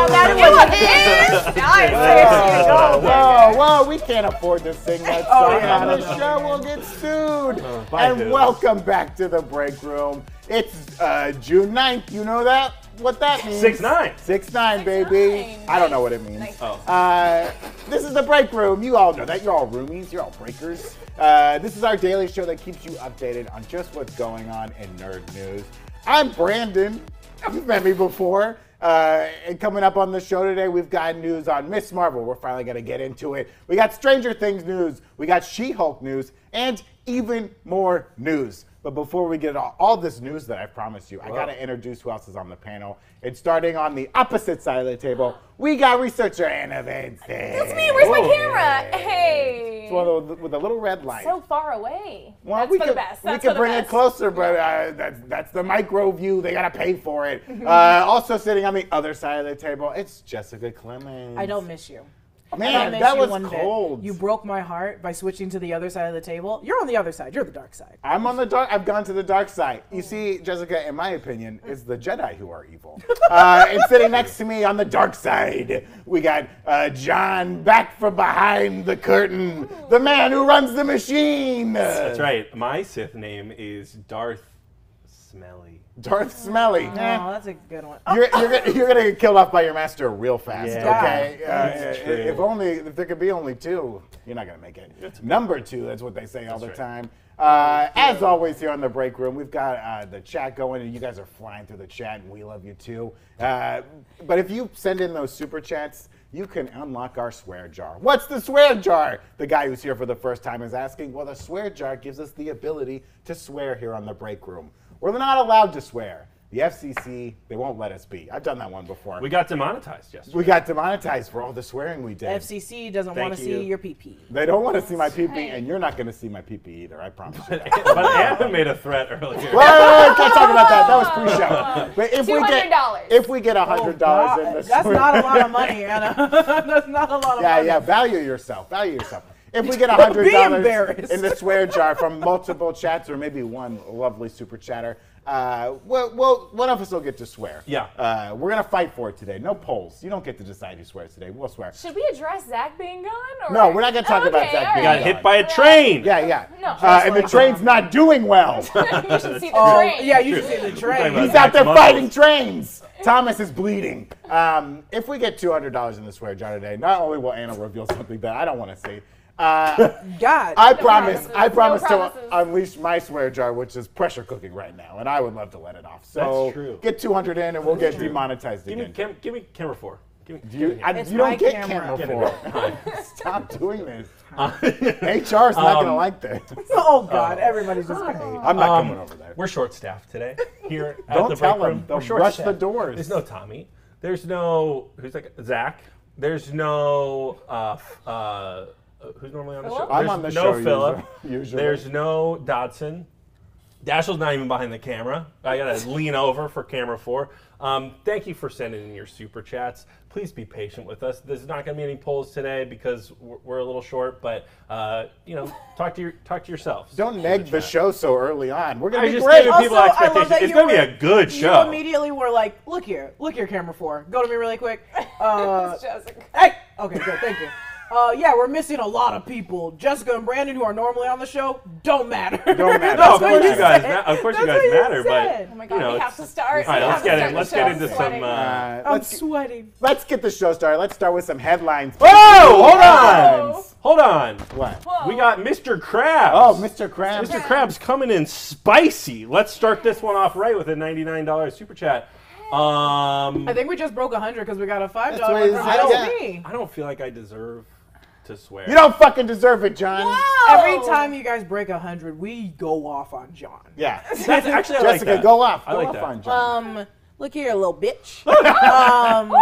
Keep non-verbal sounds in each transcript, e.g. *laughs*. Oh, it is? Nice. Whoa, There you go. whoa, whoa, we can't afford to sing that song Oh, yeah, on no, the no, Oh, show. We'll get sued. by and who? welcome back to the break room. It's uh, June 9th. You know that? What that means? Six nine. Six nine, baby. Six nine. I don't know what it means. Nice. Oh. Uh, this is the break room. You all know that. You're all roomies. You're all breakers. Uh, this is our daily show that keeps you updated on just what's going on in nerd news. I'm Brandon. You've met me before. Uh, and coming up on the show today, we've got news on Miss Marvel. We're finally going to get into it. We got Stranger Things news. We got She Hulk news. And even more news. But before we get all, all this news that I promised you, I got to introduce who else is on the panel. And starting on the opposite side of the table, we got researcher Anna Vincent. That's me. Where's my Whoa. camera? Hey. It's one of the- with a little red light. so far away. Well, That's we for could, the best. we That's could for the bring it best. closer, but uh, that's, that's the micro view. They got to pay for *laughs* it. Uh, also sitting on the other side of the table, it's Jessica Clemens. I don't miss you. I don't Man, miss that you was one bit. cold. You broke my heart by switching to the other side of the table. You're on the other side. You're the dark side. I'm on the dark. I've gone to the dark side. You see, Jessica, in my opinion, it's the Jedi who are evil. Uh, and sitting next to me on the dark side, we got uh, John back from behind the curtain, the man who runs the machine. That's right. My Sith name is Darth Smelly. Darth Smelly. Oh, Eh. that's a good one. Oh, You're, you're, gonna, you're gonna get killed off by your master real fast, Yeah. okay? That's Uh, true. if only if there could be only two, you're not gonna make it. Number two, that's what they say all the That's right. time. Uh, as always, here on the break room, we've got uh, the chat going, and you guys are flying through the chat, and we love you too. Uh, but if you send in those super chats, you can unlock our swear jar. What's the swear jar? The guy who's here for the first time is asking. Well, the swear jar gives us the ability to swear here on the break room. We're not allowed to swear. The FCC, they won't let us be. I've done that one before. We got demonetized yesterday. We got demonetized for all the swearing we did. FCC doesn't Thank want to you. see your PP. They don't want to see my pee pee, right. and you're not going to see my pee pee either. I promise you. *laughs* that. but Anna made a threat earlier. Wait, wait, wait, can't talk about that. That was pre-show. But if we $200. get if we get hundred dollars in Oh, God, this, that's not a lot of money, Anna. *laughs* that's not a lot of Yeah, money. yeah. Value yourself. Value yourself. If we get hundred dollars embarrassed. in the swear jar from multiple chats or maybe one lovely super chatter, uh, well, well, one of us will get to swear. Yeah. Uh, we're gonna fight for it today. No polls. You don't get to decide who swears today. We'll swear. Should we address Zach being gone? Or? No, we're not gonna talk about Okay, Zach all being We got gone. hit by a train. Yeah, yeah. No. Uh, and the train's not doing *laughs* well. *laughs* you *laughs* should see the Oh, train. yeah, you should see the Talking about train. He's out there Muggles. fighting trains. Thomas is bleeding. Um, if we get two hundred dollars in the swear jar today, not only will Anna reveal something that I don't want to see. Uh, God. *laughs* I promise. I promise promises. No to promises. unleash my swear jar, which is pressure cooking right now, and I would love to let it off. So That's true. get two hundred in, and we'll get demonetized Give me, again. cam- give me camera four. Give me, you, I- It's you don't my get camera. camera, Get it for it. Stop doing this. *laughs* HR's not gonna Uh, Um, like this. oh, God. Everybody's just going to I'm not coming over there. We're short staffed today here *laughs* at Don't the tell break them. room. They'll We're short rush the staffed. doors. There's no Tommy. There's no who's like Zach. There's no uh, f- uh, uh, who's normally on the show. Phillip? I'm There's on the no show Phillip. usually- usually. There's no Dodson. Dashiell's not even behind the camera. I *laughs* gotta lean over for camera four. Um, thank you for sending in your super chats. Please be patient with us. There's not gonna be any polls today because we're, we're a little short. But uh, you know, talk to your talk to yourselves. Don't neg the chat. show so early on. We're I gonna be just great. gave people Also, I love expectations. that It's you gonna be were- a good You show. immediately were like, look here. Look here, camera four. Go to me really *laughs* quick. Uh, It's Jessica. Hey! Okay, good. Thank you. Uh, yeah, we're missing a lot of people. Jessica and Brandon, who are normally on the show, don't matter. Don't matter. No, of That's what course you guys, said. ma- of course you That's guys what matter, said. but Oh my you god, know, we it's- have to start. All right, We let's have to get in- start the let's get show. into some, Sweating. uh, Uh, *laughs* I'm let's, sweating. let's get the show started. Let's start with some headlines. Whoa! Hold Whoa. on! Hold on! What? Whoa. We got Mr. Krabs. Oh, Mr. Krabs. Mr. Krabs coming in spicy. Let's start this one off right with a $99 super chat. Um, I think we just broke 100 because we got a $5 what one he from said, Ask yeah. Me. I don't feel like I deserve to swear. You don't fucking deserve it, John. Every time you guys break 100, we go off on John. Yeah. That's actually *laughs* I like Jessica, that. go off. Go I like off that. on John. Um, look here, little *laughs* bitch. um,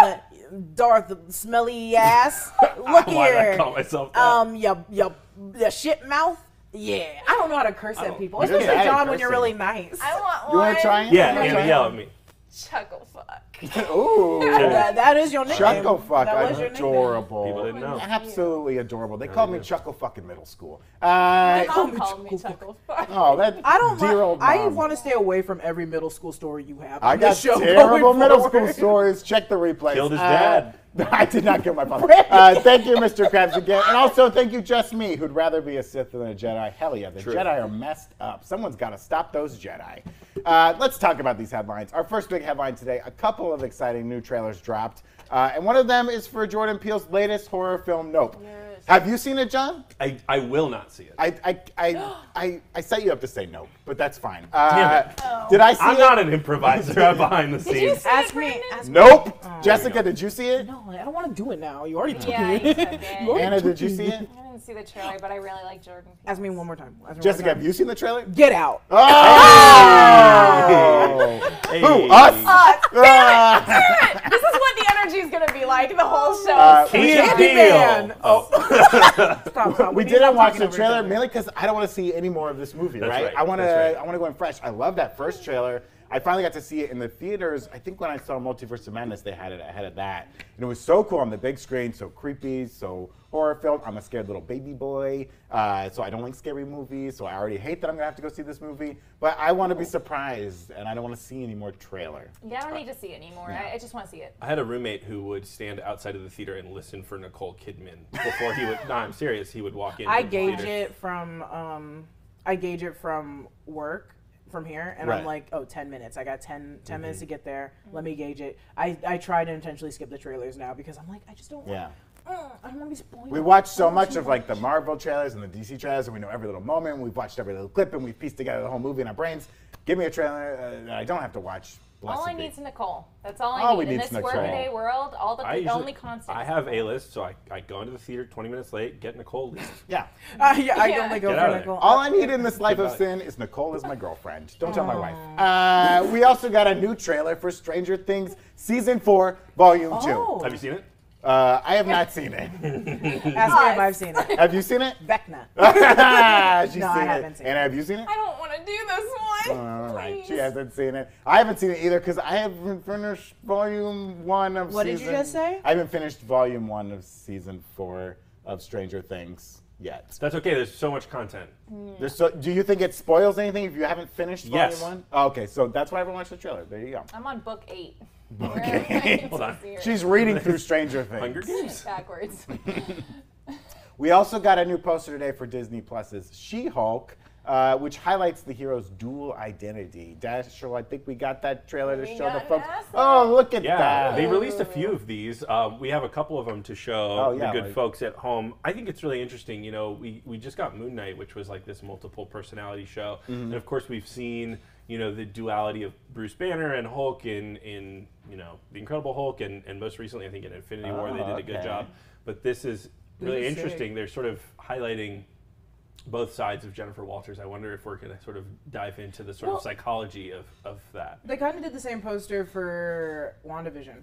Darth smelly *laughs* ass. Look Why did I here. call myself that? Um, your your your shit mouth. Yeah, I don't know how to curse don't- at people, Oh, you just especially added John when you're cursing. really nice. I want you one. want to *laughs* try it? yeah, You wanna Anna, try yell at me. Chuckle fuck. *laughs* it? Ooh. That- that is your nickname. Chuckle fuck. That was your nickname. Adorable. People didn't know. Absolutely adorable. They called me do. Chuckle fuck in middle school. Uh, call Mom me called me chuckle chuckle fuck. oh, that I don't. dear li- old I mom. want to stay away from every middle school story you have. I on this got show terrible going middle forward. school stories. Check the replays. Uh, Killed his dad. *laughs* I did not kill my father. Uh, thank you, Mr. Krabs, again. And also, thank you, Just Me, who'd rather be a Sith than a Jedi. Hell yeah, the Jedi are messed up. Someone's got to stop those Jedi. Uh, let's talk about these headlines. Our first big headline today a couple of exciting new trailers dropped. Uh, and one of them is for Jordan Peele's latest horror film, Nope. Have you seen it, John? I, I will not see it. I, I, *gasps* I, I, I set you up to say nope, but that's fine. Damn it. Uh, Did I see I'm it? not an improviser. I'm behind the Did you scenes. see *laughs* Ask it, me. Brandon? Ask Nope. Jessica, did you see it? No, I don't want to do it now. You already took Yeah, it. you took it. You already Anna, took did *laughs* you see it? I didn't see the trailer, but I really like Jordan. Peele. *laughs* Ask me one more time. Ask me Jessica, one have more time. you seen the trailer? *laughs* get out. Oh! Hey. Who? Us? Uh, *laughs* Ah! this is what the energy is going to be like the whole show. Uh, Key and Candyman. Peele. Oh, Stop, *laughs* stop. We need to didn't stop watch talking the over trailer each other. mainly because I don't want to see any more of this movie, That's right? right, I want to. that's right. I want to go in fresh. I love that first trailer. I finally got to see it in the theaters. I think when I saw Multiverse of Madness, they had it ahead of that, and it was so cool on the big screen, so creepy, so horror film. I'm a scared little baby boy, uh, so I don't like scary movies. So I already hate that I'm gonna have to go see this movie, but I want to be surprised, and I don't want to see any more trailer. yeah, I don't need to see it anymore. I, I just want to see it. I had a roommate who would stand outside of the theater and listen for Nicole Kidman before he would. *laughs* no, I'm serious. He would walk in. I to the gauge theater. it from um, I gauge it from work from here, and I'm Right. Mm-hmm. like, oh, 10 minutes. I got 10, 10 minutes to get there. Let me gauge it. I, I try to intentionally skip the trailers now because I'm like, I just don't. want- Yeah. Mm, I don't want to be spoiled. We watched so much of like the Marvel trailers and the DC trailers, and we know every little moment. We've watched every little clip, and we've pieced together the whole movie in our brains. Give me a trailer uh, that I don't have to watch. Blessed All I be. need is Nicole. That's all I All need. we In need this is Nicole. workaday world, all the, I the usually- only constant. I have a list, so I, I go into the theater 20 minutes late, get Nicole, leave. *laughs* Yeah. Uh, yeah, *laughs* I don't Yeah. like go Get for out of Nicole. All I need in this life of Goodbye. sin is Nicole is my girlfriend. Don't tell my wife. Uh, we also got a new trailer for Stranger Things Season 4, Volume Oh. Have you seen it? 2. Uh, I have not seen it. Ask me if I've seen *laughs* it. Have you seen it? Vecna. *laughs* She's No, seen I haven't it. seen and it. have you seen it? I don't want to do this one. All right. She Please. hasn't seen it. I haven't seen it either because I haven't finished volume one of What did you season. just say? I haven't finished volume one of season four of Stranger Things yet. That's okay. There's so much content. Hmm. There's so, do you think it spoils anything if you haven't finished volume Yes. one? Oh, okay, so that's why I haven't watched the trailer. There you go. I'm on book eight. *laughs* Hold on. She's reading *laughs* through Stranger Things. Hunger Games. backwards. *laughs* We also got a new poster today for Disney Plus's She-Hulk, uh, which highlights the hero's dual identity. Dashiell, I think we got that trailer to We show the got an folks. asset. Oh, look at Yeah, that! they released a few of these. Uh, we have a couple of them to show Oh, yeah, the good like- folks at home. I think it's really interesting. You know, we, we just got Moon Knight, which was like this multiple personality show, Mm-hmm. and of course we've seen you know the duality of Bruce Banner and Hulk in in you know the Incredible Hulk, and, and most recently I think in Infinity War they did a good Oh, okay. job. But this is really is sick. interesting. They're sort of highlighting both sides of Jennifer Walters. I wonder if we're going to sort of dive into the sort Well- of psychology of, of that. They kind of did the same poster for WandaVision.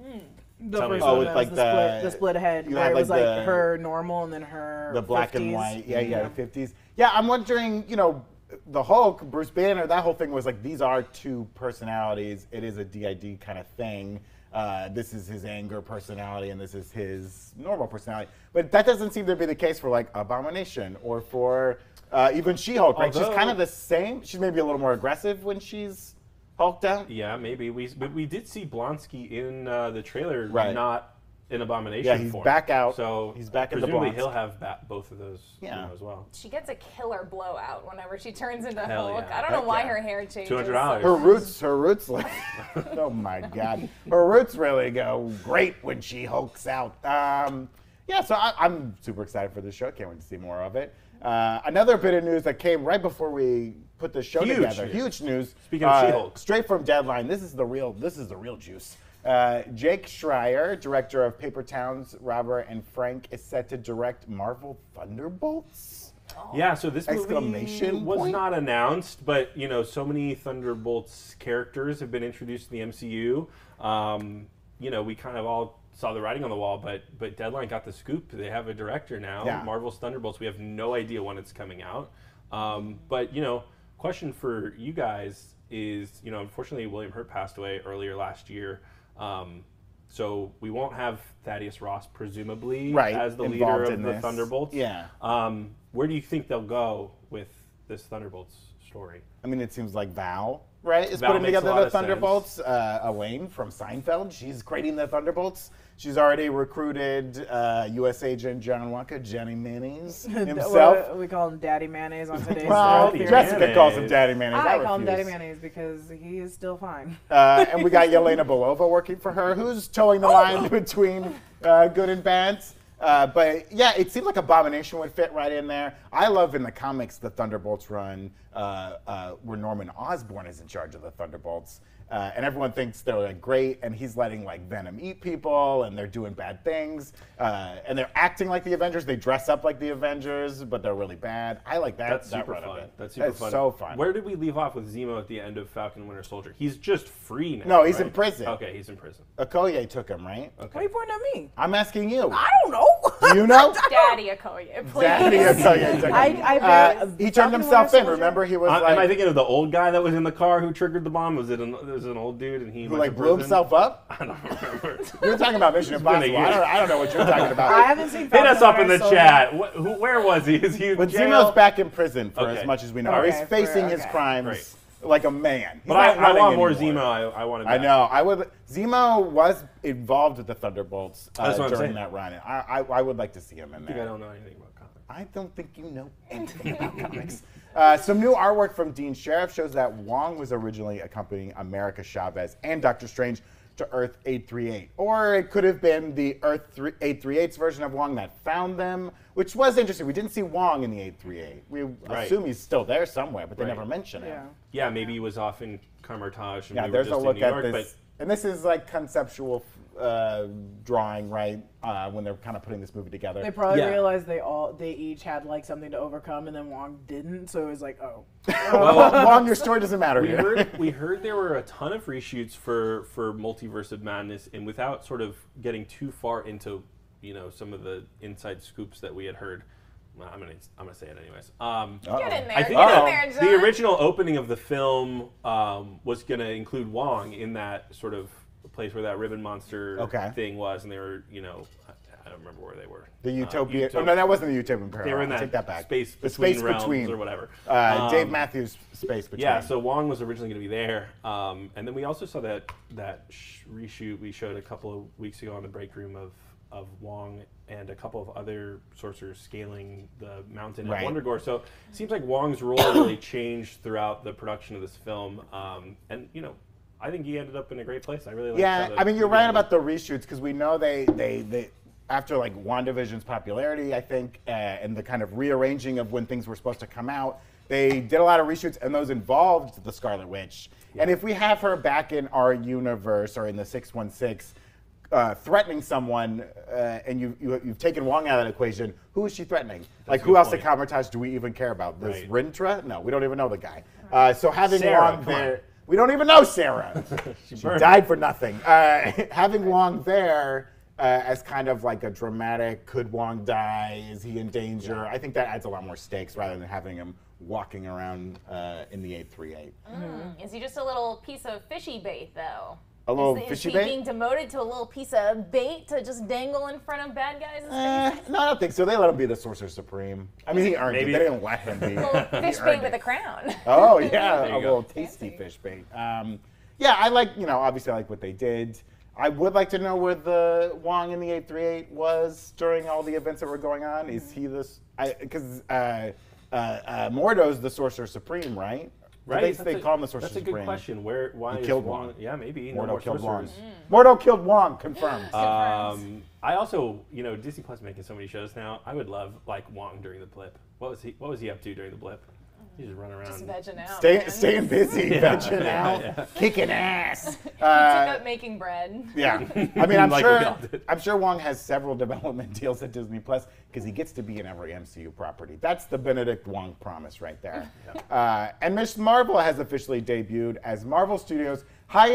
Hmm. The Tell me first about one it. that Oh, was with, the, like, split, the- the split head, you where had, it was like, like the- her normal and then her the black and 50s. white. Yeah, yeah, the 50s. Yeah, I'm wondering, you know, the Hulk, Bruce Banner, that whole thing was like these are two personalities. It is a DID kind of thing. Uh, this is his anger personality, and this is his normal personality. But that doesn't seem to be the case for like Abomination or for uh, even She-Hulk. Right? she's Although- kind of the same. She's maybe a little more aggressive when she's hulked out. Yeah, maybe we but we did see Blonsky in uh, the trailer, Right. not in abomination. Yeah, he's form. back out. So He's back in the presumably Blonsk. he'll have ba- both of those you Yeah. know, as well. she gets a killer blowout whenever she turns into Hell Hulk. yeah. I don't know Heck why yeah. her hair changes. $200. Her roots, her roots, like, *laughs* oh my God, her roots really go great when she hulks out. Um, yeah, so I, I'm super excited for this show. Can't wait to see more of it. Uh, another bit of news that came right before we put the show Huge together. news. Huge news. Uh, Speaking of She-Hulk. straight from Deadline. This is the real. This is the real juice. Uh, Jake Schreier, director of Paper Towns, Robert and Frank, is set to direct Marvel Thunderbolts. Yeah, so this movie Exclamation was point? not announced, but you know, so many Thunderbolts characters have been introduced in the MCU. Um, you know, we kind of all saw the writing on the wall, but but Deadline got the scoop. They have a director now. Yeah. Marvel's Thunderbolts. We have no idea when it's coming out. Um, but you know, question for you guys is, you know, unfortunately William Hurt passed away earlier last year. Um, so we won't have Thaddeus Ross presumably Right, as the leader involved of in the this. Thunderbolts. Yeah. Um, where do you think they'll go with this Thunderbolts story. I mean, it seems like Val, right, is Val putting makes a together lot the of sense. Thunderbolts. Uh, Elaine from Seinfeld, she's creating the Thunderbolts. She's already recruited uh, U.S. agent John Wonka, Johnny *laughs* Mayonnaise himself. We, we call him Daddy Mayonnaise on today's well, Daddy Jessica Mayonnaise. calls him Daddy Mayonnaise. I, call him Daddy refuse. Mayonnaise because he is still fine. Uh, and we got Yelena Belova working for her, who's towing the line *laughs* between uh, good and bad. Uh, but yeah, it seemed like Abomination would fit right in there. I love in the comics the Thunderbolts run uh, uh, where Norman Osborn is in charge of the Thunderbolts, uh, and everyone thinks they're like great, and he's letting like Venom eat people, and they're doing bad things, uh, and they're acting like the Avengers. They dress up like the Avengers, but they're really bad. I like that. That's that super run of fun. it. That's super That's fun. So fun. Where did we leave off with Zemo at the end of Falcon and Winter Soldier? He's just free now. No, he's right? in prison. Okay, he's in prison. Okoye took him, right? What are you pointing at me? I'm asking you. I don't know. Do you know? Daddy Okoye, please. Daddy is Oh, so good. I, I Uh, very- he turned Falcon himself Winter in. Soldier- Remember, he was Uh, am I like, thinking of the old guy that was in the car who triggered the bomb? Was it an, it was an old dude and he who went like to blew prison? himself up. *laughs* I don't remember. *laughs* You're talking about *laughs* Mission been a Impossible. year. I don't, I don't know what *laughs* you're talking *laughs* I about. haven't seen. Hit Falcon us up in Winter the Soldier. chat. Wh- who, where was he? Is he in But jail? Zemo's back in prison for Okay. as much as we know. He's Okay, for- facing his okay. crimes Great. like a man. He's But I, not I running want more anymore. Zemo. I, I wanted. I that. know. I would. Zemo was involved with the Thunderbolts uh, That's what I'm during saying. that run. I, I, I would like to see him in I think I there. don't know anything about comics. I don't think you know *laughs* anything *laughs* about comics. Uh, some new artwork from Dean Sheriff shows that Wong was originally accompanying America Chavez and Doctor Strange to Earth 838. Or it could have been the Earth three- 838's version of Wong that found them, which was interesting. We didn't see Wong in the 838. We Right. assume he's still there somewhere, but they Right. never mention him. Yeah. Yeah, maybe he was off in Carmitage and Yeah, we were there's a just look in New at York. this. And this is like conceptual uh, drawing, right? Uh, when they're kind of putting this movie together. They probably Yeah. realized they all they each had like something to overcome, and then Wong didn't. So it was like, oh, But well, Wong, your story doesn't matter we here. heard we heard there were a ton of reshoots for for Multiverse of Madness, and without sort of getting too far into you know some of the inside scoops that we had heard. well, I'm gonna I'm gonna say it anyways. Um, Uh, Get in there. I think Get that in there, John. the original opening of the film um, was going to include Wong in that sort of place where that ribbon monster Okay. thing was, and they were, you know, I, I don't remember where they were. The Uh, Utopia. Utop- oh, no, that wasn't the Utopian parallel. they were in that, Take that back. space the between space realms between or whatever. Uh, Dave Um, Matthews space between. Yeah, so Wong was originally going to be there, um, and then we also saw that that sh- reshoot we showed a couple of weeks ago on the break room of of Wong and a couple of other sorcerers scaling the mountain Right. at Wondergore. So it seems like Wong's role really changed throughout the production of this film, um, and you know, I think he ended up in a great place. I really like. yeah, I mean, you're right about the reshoots because we know they, they they after like WandaVision's popularity, I think, uh, and the kind of rearranging of when things were supposed to come out, they did a lot of reshoots, and those involved the Scarlet Witch. And if we have her back in our universe or in the six one six. Uh, threatening someone, uh, and you, you you've taken Wong out of that equation. Who is she threatening? like a who good else at point. Comertage do we even care about? This Right. Rintra? No, we don't even know the guy. Uh, so having Sarah, Wong come on. there, we don't even know Sarah. *laughs* she, She burned. died for nothing. Uh, *laughs* having Wong there uh, as kind of like a dramatic, could Wong die? Is he in danger? I think that adds a lot more stakes rather than having him walking around uh, in the 838. Mm-hmm. Is he just a little piece of fishy bait, though? A little is, is fishy he bait? being demoted to a little piece of bait to just dangle in front of bad guys? Eh, no, I don't think so. They let him be the Sorcerer Supreme. I mean, he earned Maybe- it. They didn't let him *laughs* be. a little He fish earned bait it. with a crown. Oh yeah, you a go. little tasty fish bait. Um, yeah, I like you know obviously I like what they did. I would like to know where the Wong in the eight three eight was during all the events that were going on. Is he this? Because uh, uh, uh, Mordo's the Sorcerer Supreme, right? Or Right, They, that's they a- call him the Sorcerer That's a Supreme. good question. Mm. Where why He is killed Wong? Wong. Yeah, maybe no Mordo more killed Wong. sorcerers. Mordo killed Wong. Confirmed. Um, I also, you know, Disney Plus making so many shows now. I would love like Wong during the blip. What was he? What was he up to during the blip? He just run *laughs* around. just vegging out. Stay, man. staying busy, vegging *laughs* yeah, out, yeah. kicking *laughs* ass. He Uh, took up making bread. Yeah, I mean, I'm Like we sure. all did. I'm sure Wong has several *laughs* development deals at Disney Plus because he gets to be in every MCU property. That's the Benedict Wong promise right there. Uh, and Miss Marvel has officially debuted as Marvel Studios'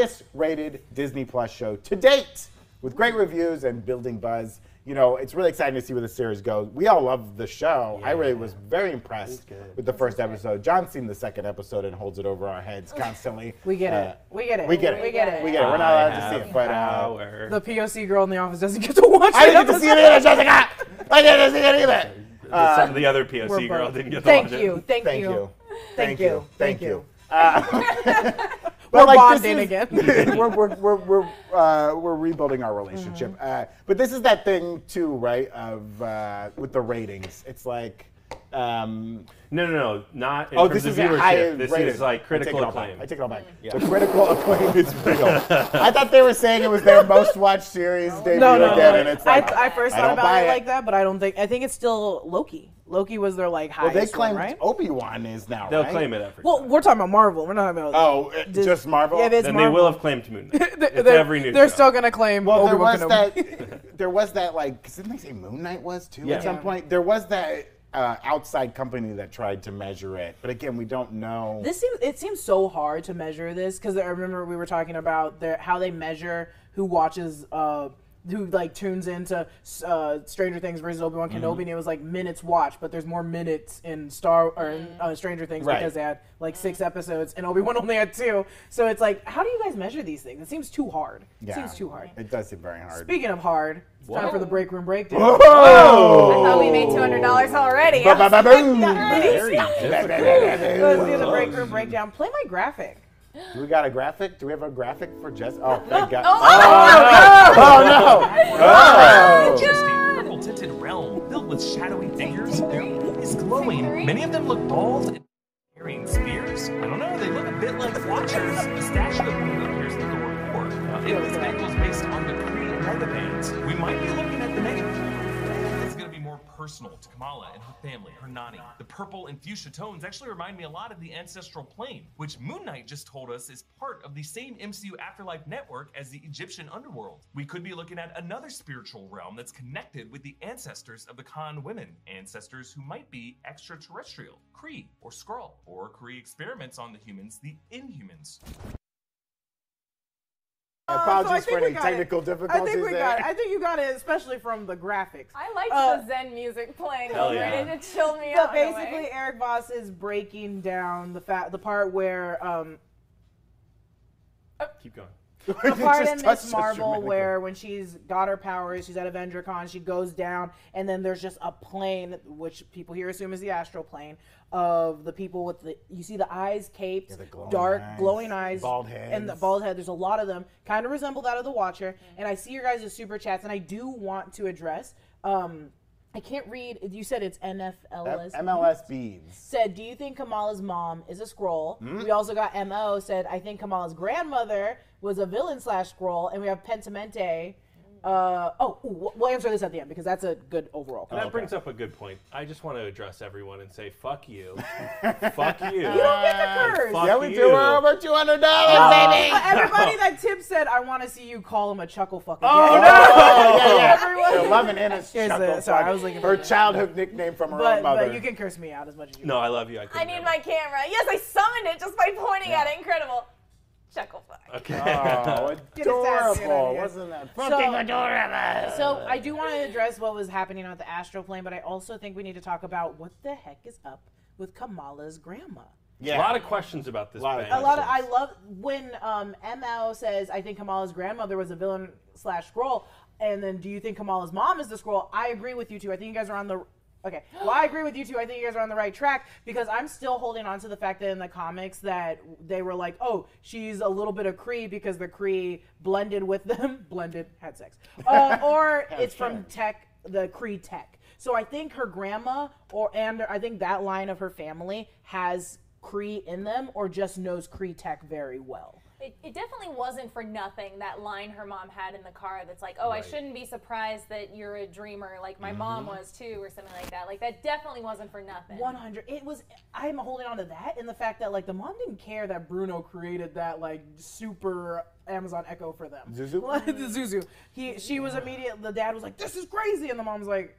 highest-rated Disney Plus show to date, with great reviews and building buzz. You know, it's really exciting to see where the series goes. We all love the show. I really was very impressed good. with the first episode. John's seen the second episode and holds it over our heads constantly. we get Uh, it. We get it. we get it. We get it. We get it. We're not I allowed to see have it, but uh, power. The POC girl in the office doesn't get to watch. I the didn't get to see it *laughs* episode. either, Jessica. I didn't see it either. The- some of the other POC uh, We're girl both- didn't get to Thank watch you. it. Thank, Thank you. you. Thank you. Thank you. We're *laughs* But, like, this bonding is- *laughs* again. we're we're we're we're, uh, we're rebuilding our relationship. Mm-hmm. Uh, but this is that thing too, right? Of uh, with the ratings, it's like. Um, No, no, no, not in oh, terms this of is a high viewership. This rated. is like I critical take it all acclaim. Back. I take it all back. Yeah. The critical acclaim is *laughs* real. I thought they were saying it was their most watched series debut No, no, again, no. and it's like I, I first I thought don't about buy it, it. like that, but I don't think. I think it's still Loki. Loki was their like well, they highest claimed one, right? Obi Wan is now. They'll right? claim it every Well, time. we're talking about Marvel. We're not talking about. Oh, it- Dis- just Marvel. Yeah, it's Then Marvel. they will have claimed *laughs* Moon Knight. it's they're, every news they're show. still gonna claim. Well, there Obi-Wan was Kenobi. *laughs* that. There was that like. Cause didn't they say Moon Knight was too Yeah. at some Yeah. point? There was that uh, outside company that tried to measure it, but again, we don't know. This seems it seems so hard to measure this because I remember we were talking about their, how they measure who watches, uh, who like tunes into uh, Stranger Things versus Obi Mm-hmm. Wan Kenobi, and it was like minutes watched, but there's more minutes in Star or in uh, Stranger Things Right. because they had like six episodes, and Obi Wan only had two. So it's like, how do you guys measure these things? It seems too hard. It seems too hard. It does seem very hard. Speaking of hard, it's time Whoa. for the break room breakdown. Oh. I thought we made two hundred dollars already. Ba-ba-ba-boom. Very difficult. Let's do the break room breakdown. Play my graphic. Do we got a graphic? Do we have a graphic for Jess? Oh, *gasps* thank God. Oh, oh, Interesting purple tinted realm filled with shadowy figures. Their wool is glowing. Many of them look bald and carrying spears. I don't know, they look a bit like watchers. The statue of one appears in the Uh, door four. If this bangle is based on the Kree leather bands, we might be looking at the negative. It's gonna be more personal to Kamala and her family, her nani. The purple and fuchsia tones actually remind me a lot of the ancestral plane, which Moon Knight just told us is part of the same MCU afterlife network as the Egyptian underworld. We could be looking at another spiritual realm that's connected with the ancestors of the Khan women, ancestors who might be extraterrestrial, Kree or Skrull, or Kree experiments on the humans, the Inhumans. Uh, so I Apologies think for we any got it. technical difficulties I think we there. got it. I think you got it, especially from the graphics. I liked Uh, the Zen music playing Hell over yeah. it. It chilled me But out. in a way. basically, Eric Voss is breaking down the fa- the part where um, Keep going. It the part just in touched Miss us Marvel dramatically. where when she's got her powers, she's at AvengerCon, she goes down, and then there's just a plane, which people here assume is the astral plane, of the people with the you see the eyes, capes, the glowing dark eyes, glowing eyes, bald and the heads. bald head. There's a lot of them, kind of resemble that of the Watcher. And I see your guys' super chats, and I do want to address. Um, I can't read. You said it's NFLS. M- MLS beads. said, "Do you think Kamala's mom is a scroll?" We also got Mo said, "I think Kamala's grandmother was a villain slash scroll," and we have Pentamente. Uh, oh, ooh, we'll answer this at the end because that's a good overall. Oh, That question. brings up a good point. I just want to address everyone and say, fuck you. *laughs* fuck you. don't get the curse. fuck Yeah, we you. do. We're over two hundred dollars, *laughs* baby. Uh, everybody that Tip said, "I want to see you call him a chuckle fuck." Again. Oh, yeah, yeah. Everyone- They're loving Anna's Here's chuckle the- sorry, I fuck. was looking for her the- childhood nickname from her But, own mother. but you can curse me out as much as you. No, I love you. I, couldn't I need my remember. camera. Yes, I summoned it just by pointing at it. Incredible. Chuckle fuck. oh, his ass in adorable! here. Wasn't that So- fucking adorable? So I do want to address what was happening on the astral plane, but I also think we need to talk about what the heck is up with Kamala's grandma. yeah. A lot of questions about this. Lot of band. a lot of I Nonsense. love when um, ML says I think Kamala's grandmother was a villain slash scroll, and then do you think Kamala's mom is the scroll? I agree with you two. I think you guys are on the okay. Well, I agree with you two. I think you guys are on the right track because I'm still holding on to the fact that in the comics that they were like, oh, she's a little bit of Cree because the Cree blended with them, *laughs* blended had sex, uh, or it's from tech, the Cree tech. So I think her grandma or and I think that line of her family has Cree in them or just knows Cree tech very well. It, it definitely wasn't for nothing that line her mom had in the car that's like, oh, I shouldn't be surprised that you're a dreamer like my mom Mm-hmm. was too, or something like that. Like, that definitely wasn't for nothing. 100 it was i'm holding on to that and the fact that like the mom didn't care that bruno created that like super amazon echo for them Zuzu? Like, *laughs* the zuzu he she was immediate the dad was like this is crazy and the mom's like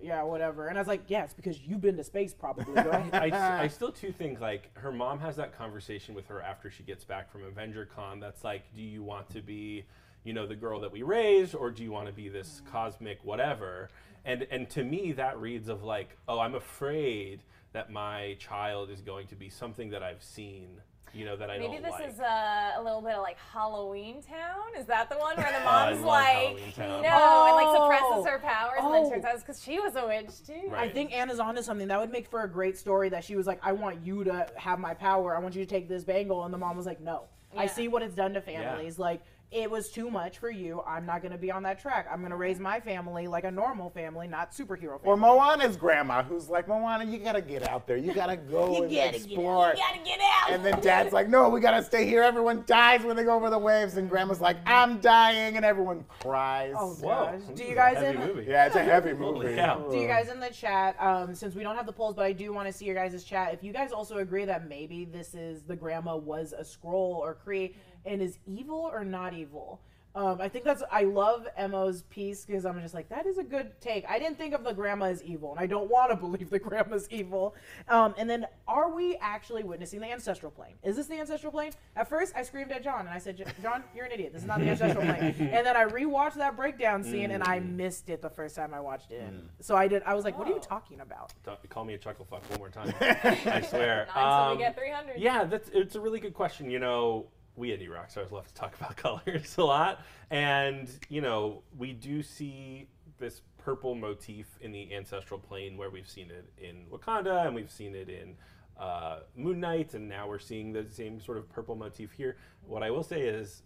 yeah whatever and i was like yeah it's because you've been to space probably right I, s- *laughs* I still too think like her mom has that conversation with her after she gets back from Avenger Con. That's like, do you want to be, you know, the girl that we raised, or do you want to be this cosmic whatever? And and to me, that reads of like, oh, I'm afraid that my child is going to be something that I've seen, you know, that I Maybe don't this like. is uh, a little bit of like Halloween Town. Is that the one where the *laughs* I mom's love like, Halloween you Town. know, and like suppresses realizes her powers, and Oh. then turns out it's because she was a witch too. Right. I think Anna's onto something. That would make for a great story that she was like, I want you to have my power. I want you to take this bangle. And the mom was like, No. I Yeah. see what it's done to families. Like, it was too much for you. I'm not going to be on that track. I'm going to raise my family like a normal family, not superhero family. Or Moana's grandma, who's like, Moana, you gotta get out there. You gotta go and explore. You gotta get out. And then dad's like, no, we gotta stay here. Everyone dies when they go over the waves. And grandma's like, I'm dying. And everyone cries. Oh, Whoa, gosh. this Do is you a guys heavy in- movie. yeah, it's a heavy movie. Holy cow. Do you guys in the chat, um, since we don't have the polls, but I do want to see your guys' chat, if you guys also agree that maybe this is the grandma was a scroll or Cree and is evil or not evil. Um, I think that's I love Emo's piece because I'm just like that is a good take. I didn't think of the grandma as evil, and I don't want to believe the grandma's evil. Um, and then, are we actually witnessing the ancestral plane? Is this the ancestral plane? At first, I screamed at John and I said, "Jo- "John, you're an idiot. This is not the *laughs* ancestral plane." And then I rewatched that breakdown scene, and I Mm. missed it the first time I watched it. So I did. I was like, "What are you talking about?" Talk- Call me a chuckle fuck one more *laughs* time. I swear. Not until we Um, get 300. Yeah, that's it's a really good question. You know, we at E-Rock Stars love to talk *laughs* about colors a lot, and you know, we do see this purple motif in the ancestral plane where we've seen it in Wakanda and we've seen it in uh, Moon Knight, and now we're seeing the same sort of purple motif here. What I will say is,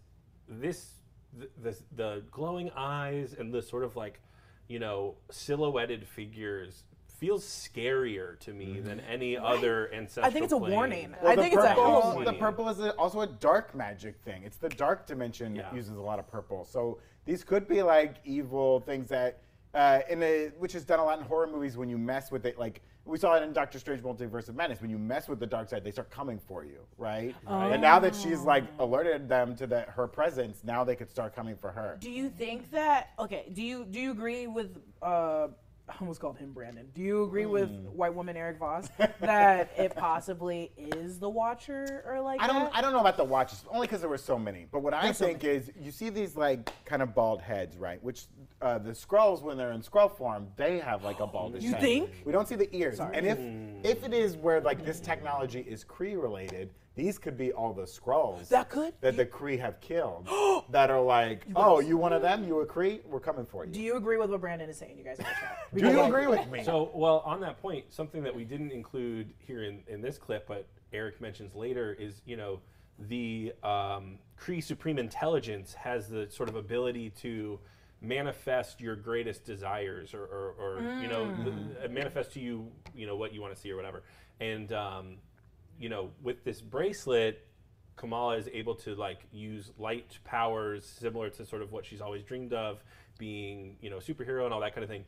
this the, the, the glowing eyes and the sort of like you know silhouetted figures feels scarier to me than any other ancestral I think it's a plane. warning. Well, I the think it's a purple, hell hell The warning. purple is a, also a dark magic thing. It's the dark dimension that Yeah. uses a lot of purple. So these could be like evil things that, uh, in a, which is done a lot in horror movies when you mess with it. Like we saw it in Doctor Strange: Multiverse of Madness. When you mess with the dark side, they start coming for you, right? And now that she's like Oh. alerted them to that her presence, now they could start coming for her. Do you think that okay? Do you do you agree with uh? I almost called him Brandon. Do you agree with Mm. white woman Eric *laughs* Voss that it possibly is the Watcher or like I don't. that? I don't know about the watches, only because there were so many. But what I There's so think is, you see these like kind of bald heads, right? Which uh, the Skrulls, when they're in Skrull form, they have like *gasps* a baldish. You head. think? We don't see the ears. And if if it is where like this technology is Kree related, these could be all the Skrulls That could- that the Kree have *gasps* killed. that are like, oh, you one of them? You a Kree? We're coming for you. do you agree with what Brandon is saying? You guys, in the chat? Do you agree with me? So, well, on that point, something that we didn't include here in, in this clip, but Eric mentions later, is you know the um, Cree Supreme Intelligence has the sort of ability to manifest your greatest desires, or, or, or you know, th- manifest to you, you know, what you want to see or whatever. And um, you know, with this bracelet, Kamala is able to like use light powers similar to sort of what she's always dreamed of, being you know superhero and all that kind of thing.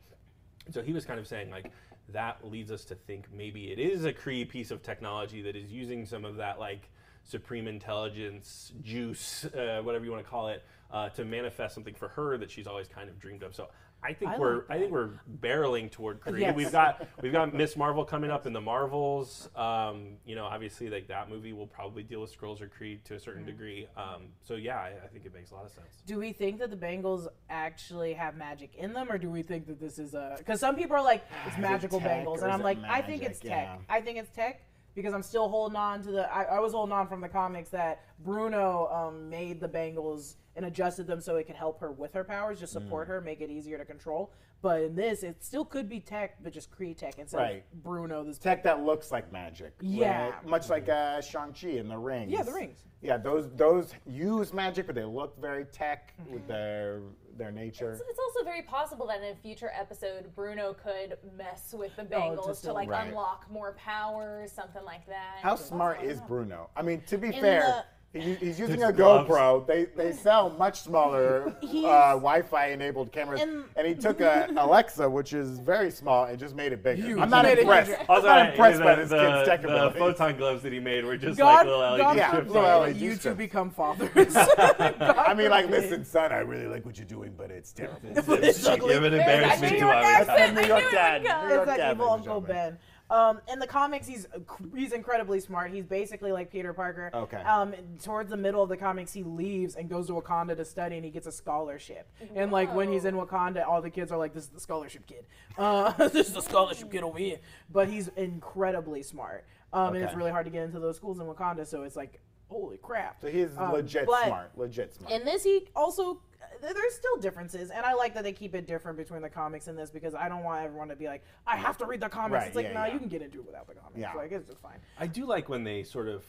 So he was kind of saying like that leads us to think maybe it is a Cree piece of technology that is using some of that like supreme intelligence juice, uh, whatever you want to call it, uh, to manifest something for her that she's always kind of dreamed of. So I think I we're like I think we're barreling toward Cree. Yes. We've got we've got Miss Marvel coming up in the Marvels. Um, you know, obviously like that movie will probably deal with scrolls or Creed to a certain Mm-hmm. degree. Um, so yeah, I, I think it makes a lot of sense. do we think that the Bengals actually have magic in them, or do we think that this is a? Because some people are like, it's magical tech Bengals, or and Ah, is I'm it like, I think magic? it's tech. Yeah. I think it's tech because I'm still holding on to the. I, I was holding on from the comics that Bruno um, made the Bengals and adjusted them so it could help her with her powers, just support Mm. her, make it easier to control. But in this, it still could be tech, but just Cree tech instead Right. of Bruno. This tech that looks like magic. Yeah. right? Much like uh, Shang-Chi and the rings. Yeah, the rings. Yeah, those those use magic, but they look very tech Mm-hmm. with their their nature. It's, it's also very possible that in a future episode, Bruno could mess with the Oh, to Bengals to still- like Right. unlock more powers, something like that. How smart is Bruno? I mean, to be In Mm-hmm. fair, he, he's using a gloves. GoPro. They they sell much *laughs* smaller He's- uh, Wi-Fi enabled cameras, In- and he *laughs* took a Alexa, which is very small, and just made it bigger. Huge. I'm not Made it impressed. huger. I'm not impressed the, by this the, kid's tech the ability. photon gloves that he made were just God, like little LED God Yeah, strips. little forbid LED you two strips. *laughs* become fathers. *laughs* I I mean, like, listen, son, I really like what you're doing, but it's terrible. it's ugly. Give an There's that embarrassment New to York our accent. time. New York I knew it would dad. come. New York It's that dad, evil ladies and Uncle gentlemen. Ben. Um, in the comics, he's he's incredibly smart. He's basically like Peter Parker. Okay. Um, towards the middle of the comics, he leaves and goes to Wakanda to study, and he gets a scholarship. And like when he's in Wakanda, all the kids are like, "This is the scholarship kid. *laughs* Uh, this is the scholarship kid over here." But he's incredibly smart, um, and it's Okay. really hard to get into those schools in Wakanda. So it's like holy crap. So he's Um, legit but smart. Legit smart. In this, he also th- there's still differences, and I like that they keep it different between the comics and this because I don't want everyone to be like, I have to read the comics. Right, it's like, yeah, no, yeah. you can get into it without the comics. Yeah. Like it's just fine. I do like when they sort of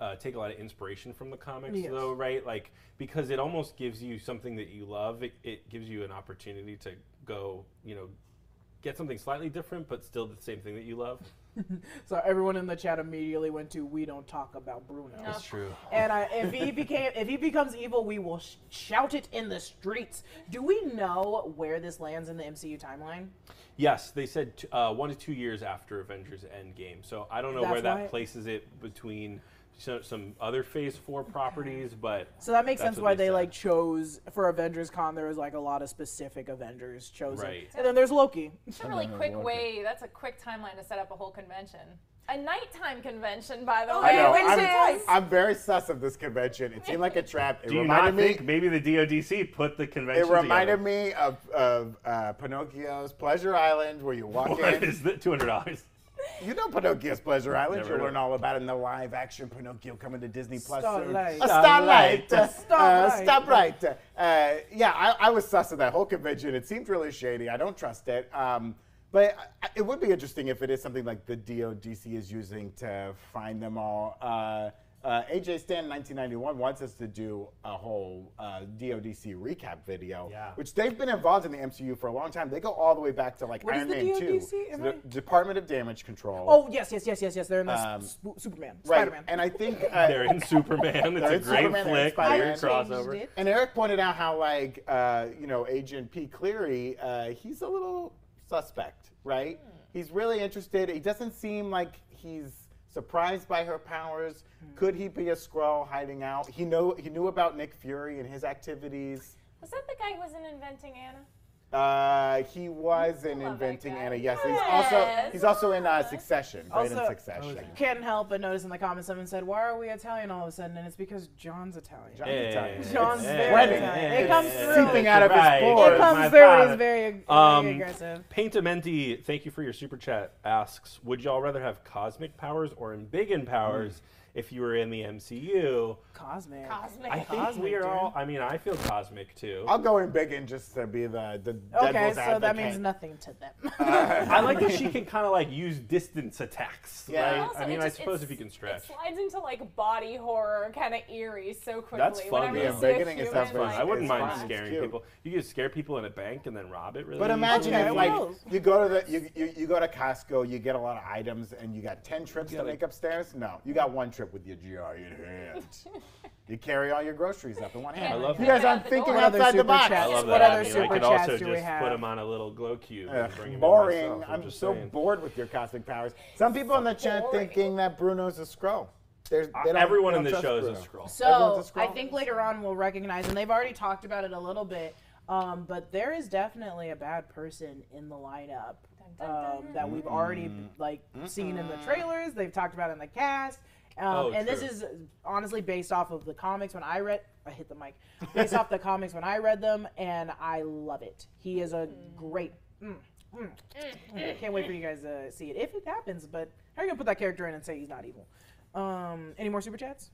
uh, take a lot of inspiration from the comics, Yes. though, right? Like because it almost gives you something that you love. It, it gives you an opportunity to go, you know, get something slightly different, but still the same thing that you love. So everyone in the chat immediately went to, we don't talk about Bruno. That's true. And I, if he became, if he becomes evil, we will sh- shout it in the streets. Do we know where this lands in the MCU timeline? Yes, they said t- uh, one to two years after Avengers Endgame. So I don't know where That's that why- places it between so, some other Phase Four properties, but So that makes That's sense what why they they said. like chose for Avengers Con. There was like a lot of specific Avengers chosen, Right. and then there's Loki. It's a really quick way. That's a quick timeline to set up a whole convention. A nighttime convention, by the way. I know. which I'm, is- I'm very sus of this convention. It seemed like a trap. It do you reminded not me. think maybe the DODC put the convention? It reminded together? me of, of uh, Pinocchio's Pleasure Island, where you walk *laughs* What in. is that? Two hundred dollars. You know Pinocchio's Pleasure Island. Never You'll heard of learn it. all about it in the live action Pinocchio coming to Disney Plus soon. Starlight. A starlight. Starlight. Uh, Starlight. Starlight. Uh, yeah, I, I was sus of that whole convention. It seemed really shady. I don't trust it. Um, but I- it would be interesting if it is something like the DODC is using to find them all. Uh, uh, AJ Stan 1991 wants us to do a whole uh, DODC recap video, Yeah. which they've been involved in the MCU for a long time. They go all the way back to like What is Iron the Man 2. DODC? Am So the I- Department of Damage Control. Oh yes, yes, yes, yes, yes. They're in the Um, s- Sp- Superman, Right, Spider-Man. and I think They're uh, in Superman. It's They're a in great Superman, they're in flick. Spider-Man. Weird Changed crossover. it. and Eric pointed out how like uh, you know Agent P Cleary, uh, he's a little suspect, right? Hmm. He's really interested. He doesn't seem like he's surprised by her powers. Hmm. Could he be a Skrull hiding out? He know he knew about Nick Fury and his activities. Was that the guy who was in Inventing Anna? Uh, he was in love that Inventing guy. Anna. Yes, he's also Yes. he's also in uh, Succession. Right in Also- Succession. Can't help but notice in the comments someone said, "Why are we Italian all of a sudden?" And it's because John's Italian. John- Hey, John's hey, very spreading. Italian. It comes It's through. Seeping out of his pores. it Or my comes through. and father. It's very, ag- very Um, aggressive. Paintamenti, thank you for your super chat. Asks, would y'all rather have cosmic powers or embiggen powers Mm. if you were in the MCU? Cosmic. Cosmic. I think Cosmic, we are dude. all. I mean, I feel cosmic too. I'll go in big and just to be the the Okay, devil's so advocate. that means nothing to them. *laughs* I *laughs* like that she can kind of like use distance attacks. Yeah. right? Also, I mean, it I just- suppose it's- if you can It stretch. slides into like body horror, kind of eerie, so quickly. That's fun, Whenever though. you Yeah, see a beginning is human, that Fun. like- I wouldn't It's mind fun. It's scaring cute. people. You could scare people in a bank and then rob it. Really? But easy. imagine Okay, if, like, well- you go to the you, you, you go to Costco, you get a lot of items, and you got ten trips to gotta- make upstairs. No, you got one trip with your giant *laughs* hand. you carry all your groceries up in one hand. I love you that. guys aren't Out the thinking door. What other outside the super box. chats? I love What that. other I mean, I super could chats also do we just put have? them on a little glow cube. Ugh, and bring 'em in boring. myself. I'm just so saying. bored with your cosmic powers. Some people in the chat Boring. thinking that Bruno's a scroll. There's Uh, Everyone in the show shows is a *laughs* scroll. So Everyone's a I Skrull. think later on we'll recognize, and they've already talked about it a little bit. Um, but there is definitely a bad person in the lineup Dun, dun, dun. um, that we've already Mm. like seen in the trailers. They've talked about it in the cast, um, Oh, and this true. is honestly based off of the comics when I read. I hit the mic. Based *laughs* off the comics when I read them, and I love it. He is a great. Mm, mm, mm. Can't wait for you guys to see it if it happens. But how are you gonna put that character in and say he's not evil? Um, any more super chats?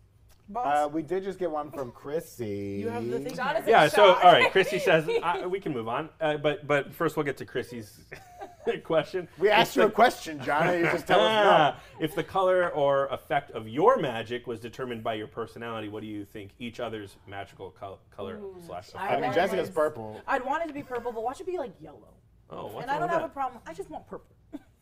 Boss? Uh, we did just get one from Chrissy. You have the thing. John is in Yeah. So, shock. all right. *laughs* Chrissy says I, we can move on, uh, but but first we'll get to Chrissy's *laughs* question. ah, We asked you a question, John, and you just *laughs* tell us no. If the color or effect of your magic was determined by your personality, what do you think each other's magical col- color slash effect? I I mean, want Jessica's mine. purple. I'd want it to be purple, but watch it be like yellow. oh, what's and I wrong don't with have a that? problem. I just want *laughs* purple.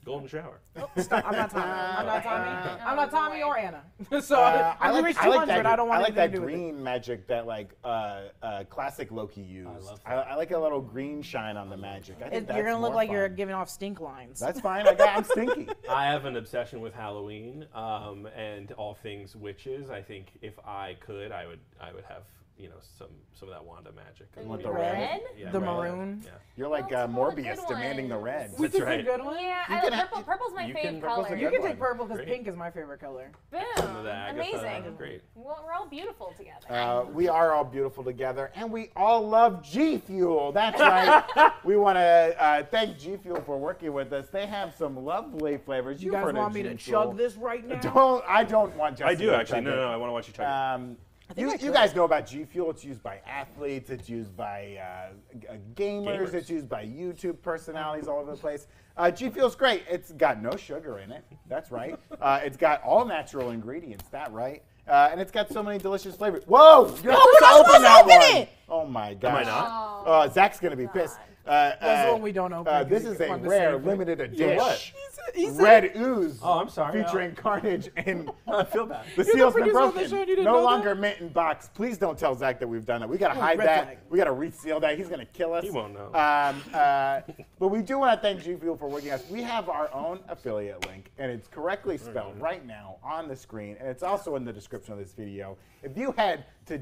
Golden shower. Stop. I'm not Tommy. I'm not *laughs* Tommy. I'm not Tommy or Anna. *laughs* so Uh, I'm like, like, reach I like 200. that. I don't want I like anything that to do with it. green magic that like uh, uh, classic Loki used. I, love I, like a little green shine on the magic. I think It- that's You're gonna look more like you're fun. giving off stink lines. That's fine. I got, I'm stinky. I have an obsession with Halloween um, and all things witches. I think if I could, I would I would have you know some some of that Wanda magic. The Want the red? red? Yeah, The red. maroon? Yeah, You're like Well, uh, it's all the Morbius good demanding the ones. red. Which That's is a right. good one. *laughs* Yeah, You I can love have- purple. Purple's my you can- favorite purple's a color. You can one. take purple because Great. pink is my favorite color. Boom! Some of the Agatha, *laughs* Amazing. Great. Well, we're all beautiful together. Uh, we are all beautiful together, and we all love G Fuel. That's *laughs* right. we want to uh, thank G Fuel for working with us. They have some lovely flavors. You You've guys heard of want me G to Fuel. chug *laughs* this right now? Don't. I don't want. Jesse I do to actually. chug No, it. no, no. I want to watch you chug it. Um, you, you guys know about G Fuel. It's used by athletes. It's used by uh, g- uh, gamers. Gamers. It's used by YouTube personalities all over the place. Uh, G Fuel's great. It's got no sugar in it. That's right. Uh, it's got all natural ingredients. That right. Uh, and it's got so many delicious flavors. Whoa! You're No, we're not supposed to that open one. it! Oh my god! I not? Uh, Zach's gonna be pissed. Uh, That's the uh, one we don't open uh, 'cause this we is a want to rare, save it. limited edition. Yeah, what? He said- Red ooze. Oh, I'm sorry. Featuring Carnage and I feel bad. the seal's been producer of the broken. show and you didn't know no that? Oh, longer mint in box. Please don't tell Zach that we've done it. We gotta hide red that. flag. We gotta reseal that. He's gonna kill us. He won't know. *laughs* Um, uh, but we do want to thank G Fuel for working us. We have our own affiliate link, and it's correctly spelled right now on the screen, and it's also in the description of this video. If you head to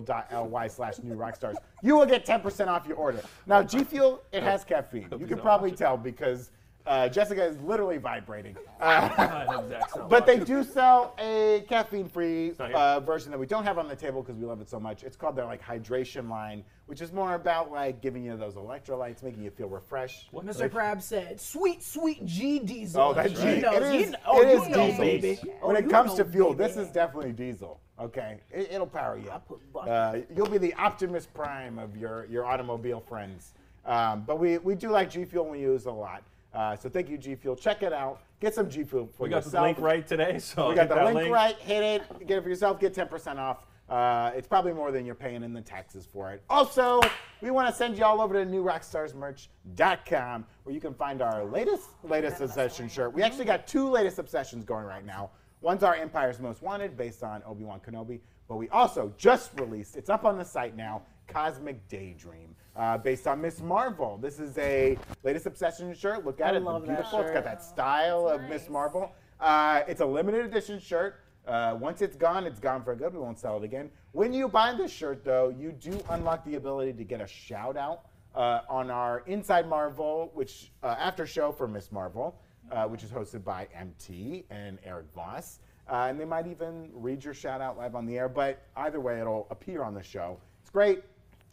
gfuel.ly slash new *laughs* rockstars, you will get 10% off your order. Now, G Fuel, it has caffeine. You you can don't probably watch it. tell because uh, Jessica is literally vibrating. *laughs* I hope Zach's not *laughs* But they watching. do sell a caffeine-free Oh, not here. uh, version that we don't have on the table because we love it so much. It's called their like hydration line, which is more about like giving you those electrolytes, making you feel refreshed. Mr. Krabs said, "Sweet, sweet G diesel." Oh, that's He G. knows. It He is, kn- oh, it you is know, diesel. baby. When Oh, it you comes know, to fuel, baby. this is definitely diesel. Okay, it, it'll power you. I up. put butter. Uh, you'll be the Optimus Prime of your your automobile friends. Um, but we we do like G Fuel. and We use it a lot. Uh, so thank you, G Fuel. Check it out. Get some G Fuel for We got yourself. the link right today, so We I'll got Oh, get the that link, right. Hit it. Get it for yourself. Get 10% off. Uh, it's probably more than you're paying in the taxes for it. Also, we want to send you all over to newrockstarsmerch.com where you can find our latest latest obsession shirt. We actually got two latest obsessions going right now. One's our Empire's Most Wanted based on Obi-Wan Kenobi, but we also just released, it's up on the site now, Cosmic Daydream uh, based on Miss Marvel. This is a latest obsession shirt. Look at I it. love that beautiful. It's got shirt. that style of Miss nice. Marvel. Uh, it's a limited edition shirt. Uh, once it's gone, it's gone for good. We won't sell it again. When you buy this shirt, though, you do unlock the ability to get a shout out uh, on our Inside Marvel, which uh, after show for Miss Marvel, uh, which is hosted by MT and Eric Voss. Uh, and they might even read your shout out live on the air, but either way, it'll appear on the show. It's great.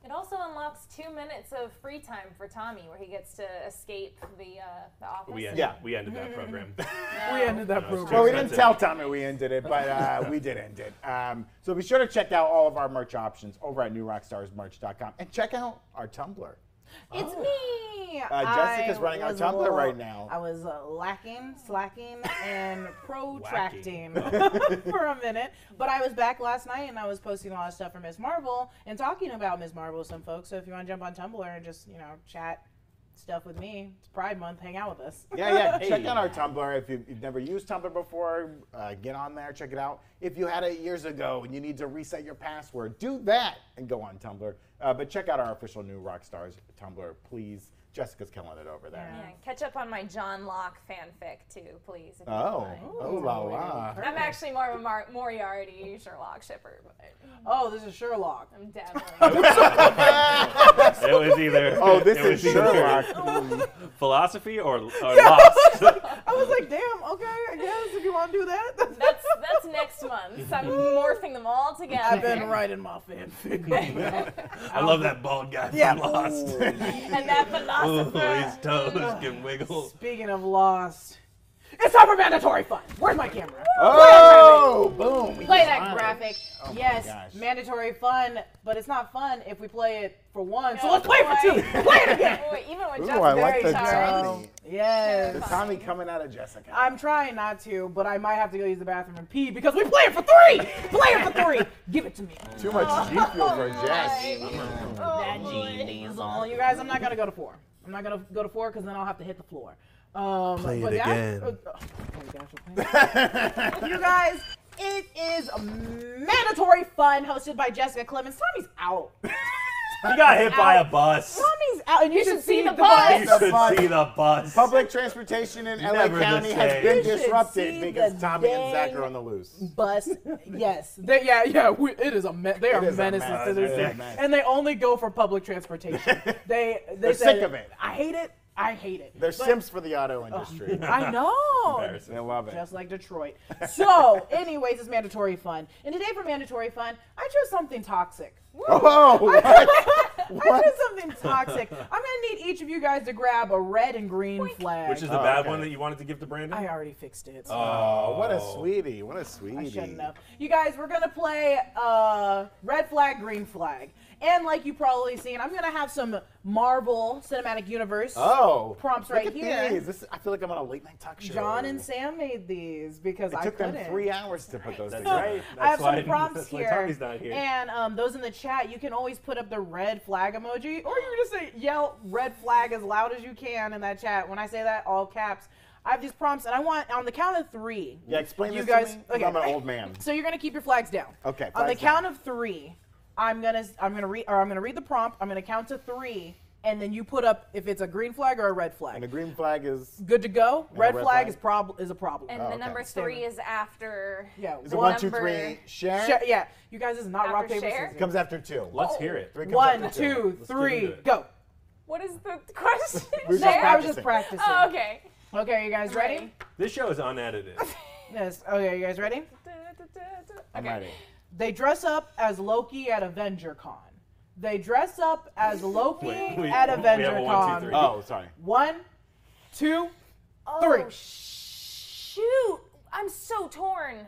It also unlocks two minutes of free time for Tommy, where he gets to escape the uh, the office. We and- ended, Yeah. we ended that program. *laughs* We ended that No, it's program. Well, *laughs* Oh, we That's didn't it. tell Tommy we ended it, but uh, we did end it. Um, so be sure to check out all of our merch options over at newrockstarsmerch.com and check out our Tumblr. It's me. Oh. Uh, Jessica's I running our was a Tumblr little- right now. I was uh, lacking, slacking, *laughs* and protracting *laughs* for a minute. But I was back last night and I was posting a lot of stuff for Miss Marvel and talking about Ms. Marvel with some folks. So if you want to jump on Tumblr and just, you know, chat stuff with me, it's Pride Month, hang out with *laughs* us. Yeah, yeah. *laughs* Check Hey. out our Tumblr. If you've, you've never used Tumblr before, uh, get on there, check it out. If you had it years ago and you need to reset your password, do that and go on Tumblr. Uh, but check out our official New Rockstars Tumblr, please. Jessica's killing it over there. Yeah, catch up on my John Locke fanfic too, please. if you don't Oh, mind. oh la la. I'm actually more of a Mar- Moriarty Sherlock shipper, but Oh, this is Sherlock. I'm dabbling. it was either. *laughs* Oh, this it is was either Sherlock. *laughs* Philosophy or, or Lost. I was like, damn, okay, I guess if you want to do that. *laughs* that's that's next month. So I'm morphing them all together. I've been *laughs* writing my fanfic. I love that bald guy Yeah. from Lost. *laughs* and that Ooh, philosopher. his toes *laughs* can wiggle. Speaking of Lost, it's time for mandatory fun. Where's my camera? Oh, boom. we Play just that honored. graphic. Oh my yes, gosh. mandatory fun, but it's not fun if we play it for one. so No, let's play it for Oh, boy. two. *laughs* play it again. Boy, even when Jeff Ooh, I like Barry's the already- Tommy. The Yes. Tommy coming out of Jessica. I'm trying not to, but I might have to go use the bathroom and pee because we play it for three. Play it for three. Give it *laughs* to me. Too much G fuel for *laughs* Jess. Oh, boy. Well, you guys, I'm not gonna go to four. I'm not gonna go to four because then I'll have to hit the floor. Um, play it again. oh, you guys, it is mandatory fun hosted by Jessica Clemens. Tommy's out. He got hit *laughs* by a bus. Tommy's out, and you, You should see the bus. bus. You the should bus. see the bus. *laughs* Public transportation in LA Never the County has same. been You should disrupted see because the Tommy and Zach dang- are on the loose. *laughs* Bus, yes, They- yeah, yeah. We, it is a me- they are is a menaces mess. to It their is a city, mess. and they only go for *laughs* public transportation. they they They're say, sick of it. I hate it. I hate it. They're But- simps for the auto industry. I know. *laughs* Embarrassing. they love it. Just like Detroit. So, anyways, it's mandatory fun. And today for mandatory fun, I chose something toxic. Oh, *laughs* what? I chose something toxic. I'm gonna need each of you guys to grab a red and green flag. Which is the Oh, bad okay. one that you wanted to give to Brandon? I already fixed it. Oh, what a sweetie. What a sweetie. I shouldn't have. You guys, we're gonna play uh, red flag, green flag, and like you probably seen, I'm gonna have some Marvel Cinematic Universe. Oh. Prompts look right at here. These. This, I feel like I'm on a late night talk show. John and Sam made these because It I took them couldn't. three hours to put those That's together. right. I have That's why- *laughs* some prompts that's why here, Tommy's not here. and um, those in the chat, you can always put up the red flag emoji, or you can just say yell "red flag" as loud as you can in that chat. When I say that, all caps. I have these prompts, and I want on the count of three. Yeah, explain you this guys. to me. 'cause I'm an old man. *laughs* So you're gonna keep your flags down. Okay, On the flags down. count of three, I'm gonna I'm gonna read or I'm gonna read the prompt. I'm gonna count to three, and then you put up if it's a green flag or a red flag. And the green flag is. Good to go. Red, red flag, flag. is prob is a problem. And Oh, the okay. number Stay three is after. yeah. Is it one- one, two, Number- three? Share. Sh- yeah. You guys this is not rock After paper share? scissors. Comes after two. Let's Oh. hear it. Three comes One, after two, Let's get three, into it. go. What is the *laughs* question? We're just there? I was just Practicing. practicing. Oh, okay. Okay, you guys ready? This show is *laughs* unedited. Yes. Okay, you guys ready? I'm Okay. ready. They dress up as Loki at Avenger Con. They dress up as Loki Wait, we- at we have a Avenger one, two, Con. three. Oh, sorry. One, two, three. Oh, shoot. I'm so torn.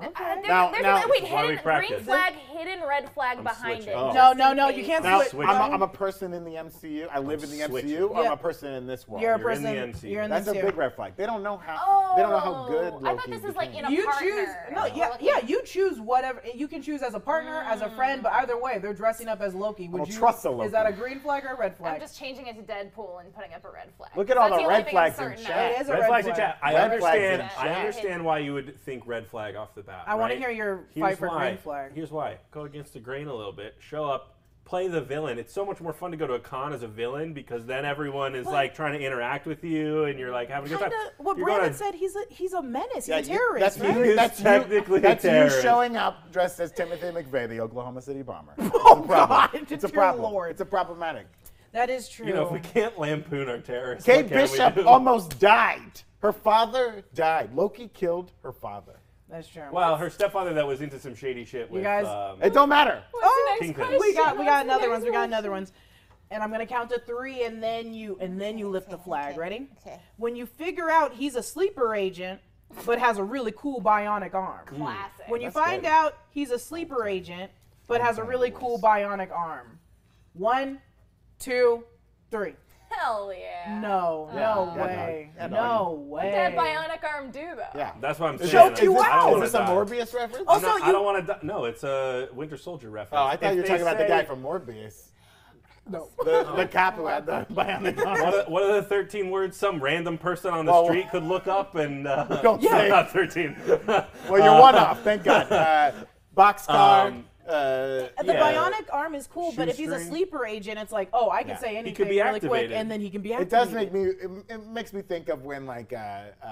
Okay. there's Now- there's now- a, wait, Why we hidden green practice. flag, hidden red flag behind switching. it. Oh. no, just no, in no, case. you can't Now, switch. I'm a, I'm a person in the MCU. I live in the Switch. MCU. Yeah. I'm a person in this world. you're a You're in person. the MCU. You're in That's the a MCU. big red flag. They don't know how. Oh, They don't know how good. Loki I thought this was like became. in a you partner. choose no Like, yeah we're yeah looking- you choose whatever you can choose as a partner as a Mm. friend but either way they're dressing up as loki would don't you trust a Loki. is that a green flag or a red flag I'm just changing it to Deadpool and putting up a red flag. Look at So all that's the only red thing I'm flags in certain chat. It of. is a Red red flags in flag. chat. I Red flags in understand. I chat. understand why you would think red flag off the bat. I wanna right? hear your Here's fight for why. green flag. Here's why. Go against the grain a little bit. Show up. Play the villain. It's so much more fun to go to a con as a villain because then everyone is like trying to interact with you and you're like having a good time. Kinda what You're Brandon going- said, he's a he's a menace, he's Yeah, a you- terrorist, that's right? you, is that's you- technically a that's you terrorist. showing up dressed as Timothy McVeigh, the Oklahoma City *laughs* bomber. It's a problem. Oh, God, It's a dear problem. Lord. It's a problematic. That is true. You know, if we can't lampoon our terrorists, Kate what can we Bishop do? almost died. Her father died. Loki killed her father. that's true. Well, her stepfather that was into some shady shit with. guys- um, It don't matter. oh, next we question? got we What's got the another next ones. We got question? another ones. And I'm gonna count to three, and then you and then you lift the flag. okay, Ready? okay. When you figure out he's a sleeper agent, but has a really cool bionic arm. Classic. When you That's find good. out he's a sleeper agent, but has a really cool bionic arm. One, two, three. Hell yeah. No, no Yeah, way. yeah, No way. What did that bionic arm do though? Yeah. That's what I'm Is saying. this, I- is this- I don't is wanna this a die. Morbius reference? Oh, I'm not- so I you- don't want to. Di- no, it's a Winter Soldier reference. Oh, I thought If you were they talking about the say- guy from Morbius. No. The, the cop who had the bionic *laughs* What arm. are, what are the 13 words some random person on the Well, street could look up *laughs* and. Uh, Don't no, say. *laughs* Not *laughs* 13. Well, you're one off. Thank God. Uh, boxcar. Um, uh, The Yeah. bionic arm is cool, but if he's a Shoestring. sleeper agent, it's like, oh, I can Yeah. say anything could be really quick, activated. and then he can be It activated. does make me. It, it makes me think of when, like, uh,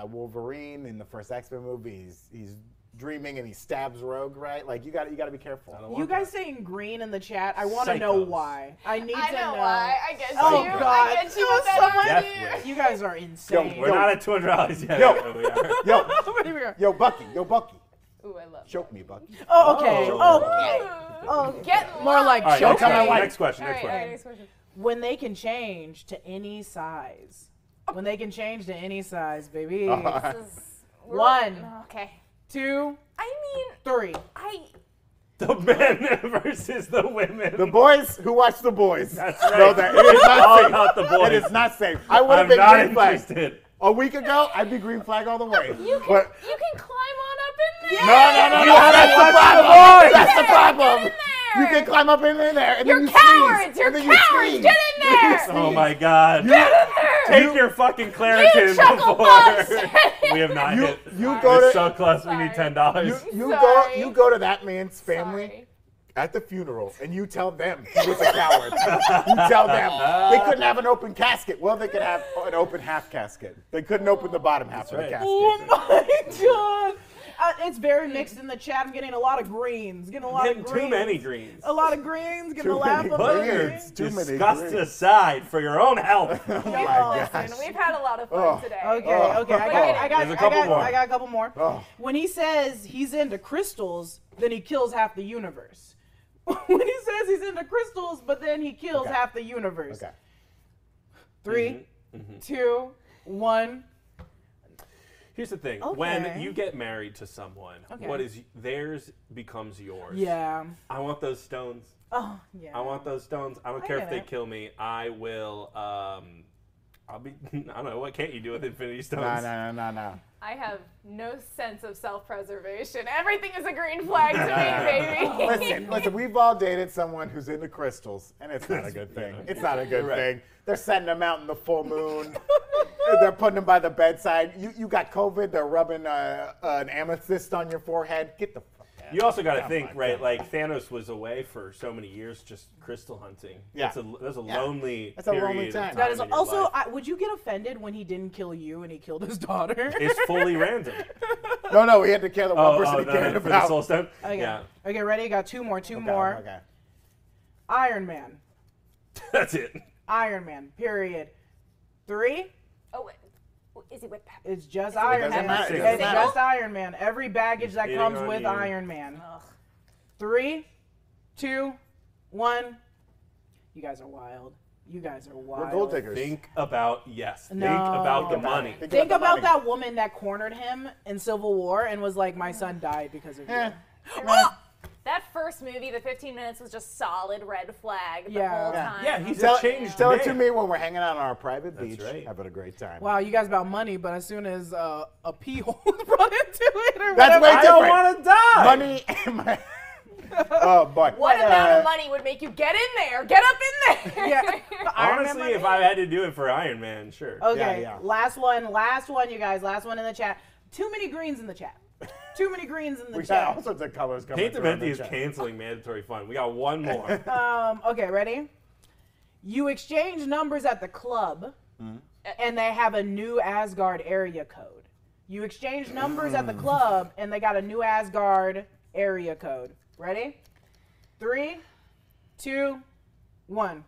uh, Wolverine in the first X Men movie, he's, he's dreaming and he stabs Rogue, right? Like, you got you got to be careful. You guys saying green in the chat? I want to Psychos. know why. I need I to know why. I get uh, Oh, you. God. I get It you was with someone- that Death idea. You guys are insane. *laughs* We're Yo. not at $200 yet. Yo. No, *laughs* we are. Yo, Nobody we are. yo, Bucky, yo, Bucky, Ooh, I love. choke me, Bucky. Oh, okay. Oh. Okay. Oh, get More like All right, choke next, on my question, wife. next question. All Next right, all right, question. next question. when they can change to any size. When they can change to any size, *laughs* baby. This is- we're- One. Okay. Two, I mean, three. I. The men *laughs* versus the women. The boys who watch the boys. That's right. No, that, it is It's not all safe. about the boys. It is not safe. I would have I'm been not green flag. interested. A week ago, I'd be green flag all the way. You can. But- You can climb on up in no, there. no, no, no. That's the problem. That's the problem. there. You can climb up in there, and You're then you cowards. sneeze, You're and then you cowards. sneeze. Get in *laughs* there. Oh my God! Take your fucking You Claritin chuckle *laughs* before. *laughs* we have not You, hit. you This go to subclass, we need Sorry. ten dollars. you, you go Sorry. you go to that man's family. Sorry. at the funeral and you tell them he was a coward. you tell them they couldn't have an open casket. Well, they could have an open half casket. They couldn't open the bottom half of the right. casket. Oh my *laughs* god! Uh, it's very mixed in the chat. I'm getting a lot of greens. Getting a lot Getting of greens. too many greens. A lot of greens. Getting Too a laugh many of Put greens. your greens. It's too many disgust greens. aside for your own health. *laughs* Oh Yes. my And gosh. we've had a lot of fun Oh. today. Okay, Oh. okay. I Wait, got, I got, there's a I couple got, more. I got a couple more. Oh. When he says he's into crystals, then he kills half the universe. *laughs* when he says he's into crystals, but then he kills Okay. half the universe. Okay. Mm-hmm. Three, two, one. Here's the thing: Okay. when you get married to someone, Okay. what is theirs becomes yours. Yeah. I want those stones. Oh, yeah. I want those stones. I don't care if get they it. kill me. I will. Um, I'll be. *laughs* I don't know. What can't you do with infinity No, stones? no, no, no, no. I have no sense of self-preservation. Everything is a green *laughs* flag to me, baby. *laughs* Listen, listen, we've all dated someone who's into crystals, and it's not a good thing. It's not a good Right. thing. They're sending them out in the full *laughs* moon. they're putting them by the bedside. You, you got COVID. They're rubbing uh, an amethyst on your forehead. Get the fuck out. You also got to Come think, on, right? come Like Thanos was away for so many years, just crystal hunting. Yeah. that's a, that's a Yeah. lonely. That's a lonely period of time. That is in your also. life. I, would you get offended when he didn't kill you and he killed his *laughs* daughter? it's *laughs* fully random. Oh, No, no, we had to care the one Oh, person oh, he no, cared *laughs* no, for the about. soul stone. okay. Yeah, *laughs* Okay. Ready? Got two more. Two Okay, more. Okay. Iron Man. that's it. Iron Man. Period. Three. oh, wait. is it with pepper? It's just It Iron doesn't Man. matter. It It's doesn't matter. just Iron Man. Every baggage that Hating comes on with you. Iron Man. Three, two, one. You guys are wild. You guys are wild. We're gold diggers. Think about yes. No. Think about the Think about money. Think Think about about the that woman that cornered him in Civil War and was like, "My son died because of you." Eh. That first movie, the 15 minutes, was just solid red flag the Yeah. whole Yeah. time. Yeah, he's Tell, a changed tell man. it to me when we're hanging out on our private beach, right. having a great time. Wow, you guys about money, but as soon as uh, a pee *laughs* hole is brought into it, or That's whatever, way I different. don't want to die. Money. oh boy. What amount Uh, of money would make you get in there? Get up in *laughs* there. *laughs* Yeah. Iron Man Honestly, if money? I had to do it for Iron Man, sure. Okay, Yeah, yeah. last one, last one, you guys, last one in the chat. Too many greens in the chat. Too many greens in the We chat. got all sorts of colors coming. Paint the through on Venti is chat. canceling mandatory fun. We got one *laughs* more. Um, okay, ready? You exchange numbers at the club, and they have a new Asgard area code. You exchange numbers at the club, and they got a new Asgard area code. Ready? Three, two, one.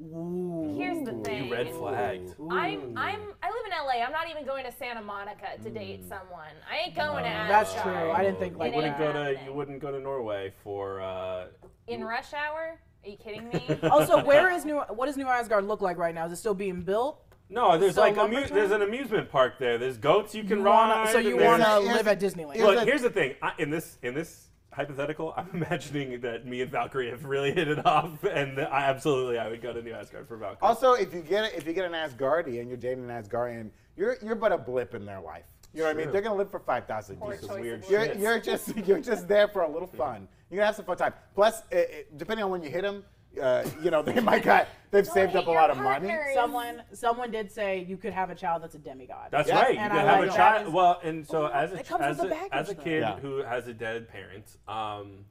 Ooh. Here's the thing. You red flagged. I'm I'm I live in LA. I'm not even going to Santa Monica to date someone. I ain't going to Asgard. That's true. I didn't think It like you wouldn't ain't go that. to happening. you wouldn't go to Norway for uh, In rush hour? Are you kidding me? Also, Oh, where is new? What does New Asgard look like right now? Is it still being built? no. There's So like lumber amu- there's an amusement park there. There's goats you can Wanna- ride. so you and there's- want to Here's- live at Disneyland? here's Look, a- here's the thing. I, in this in this hypothetical, I'm *laughs* imagining that me and Valkyrie have really hit it off, and that I absolutely I would go to New Asgard for Valkyrie. Also, if you get if you get an Asgardian, you're dating an Asgardian, you're you're but a blip in their life. You know what I mean? True. They're gonna live for five thousand Poor years. choice of weird words. You're, Yes. you're just *laughs* you're just there for a little fun. You're gonna have some fun time. Plus, eh, eh, depending on when you hit them, uh, you know they might got they've saved hit up a your lot of money. partners. Someone, someone did say you could have a child that's a demigod. That's Yeah, right. You and can I have like a that child. as- well, and so as a it comes as with a, the as a baggage, though. kid Yeah. who has a dead parent, um,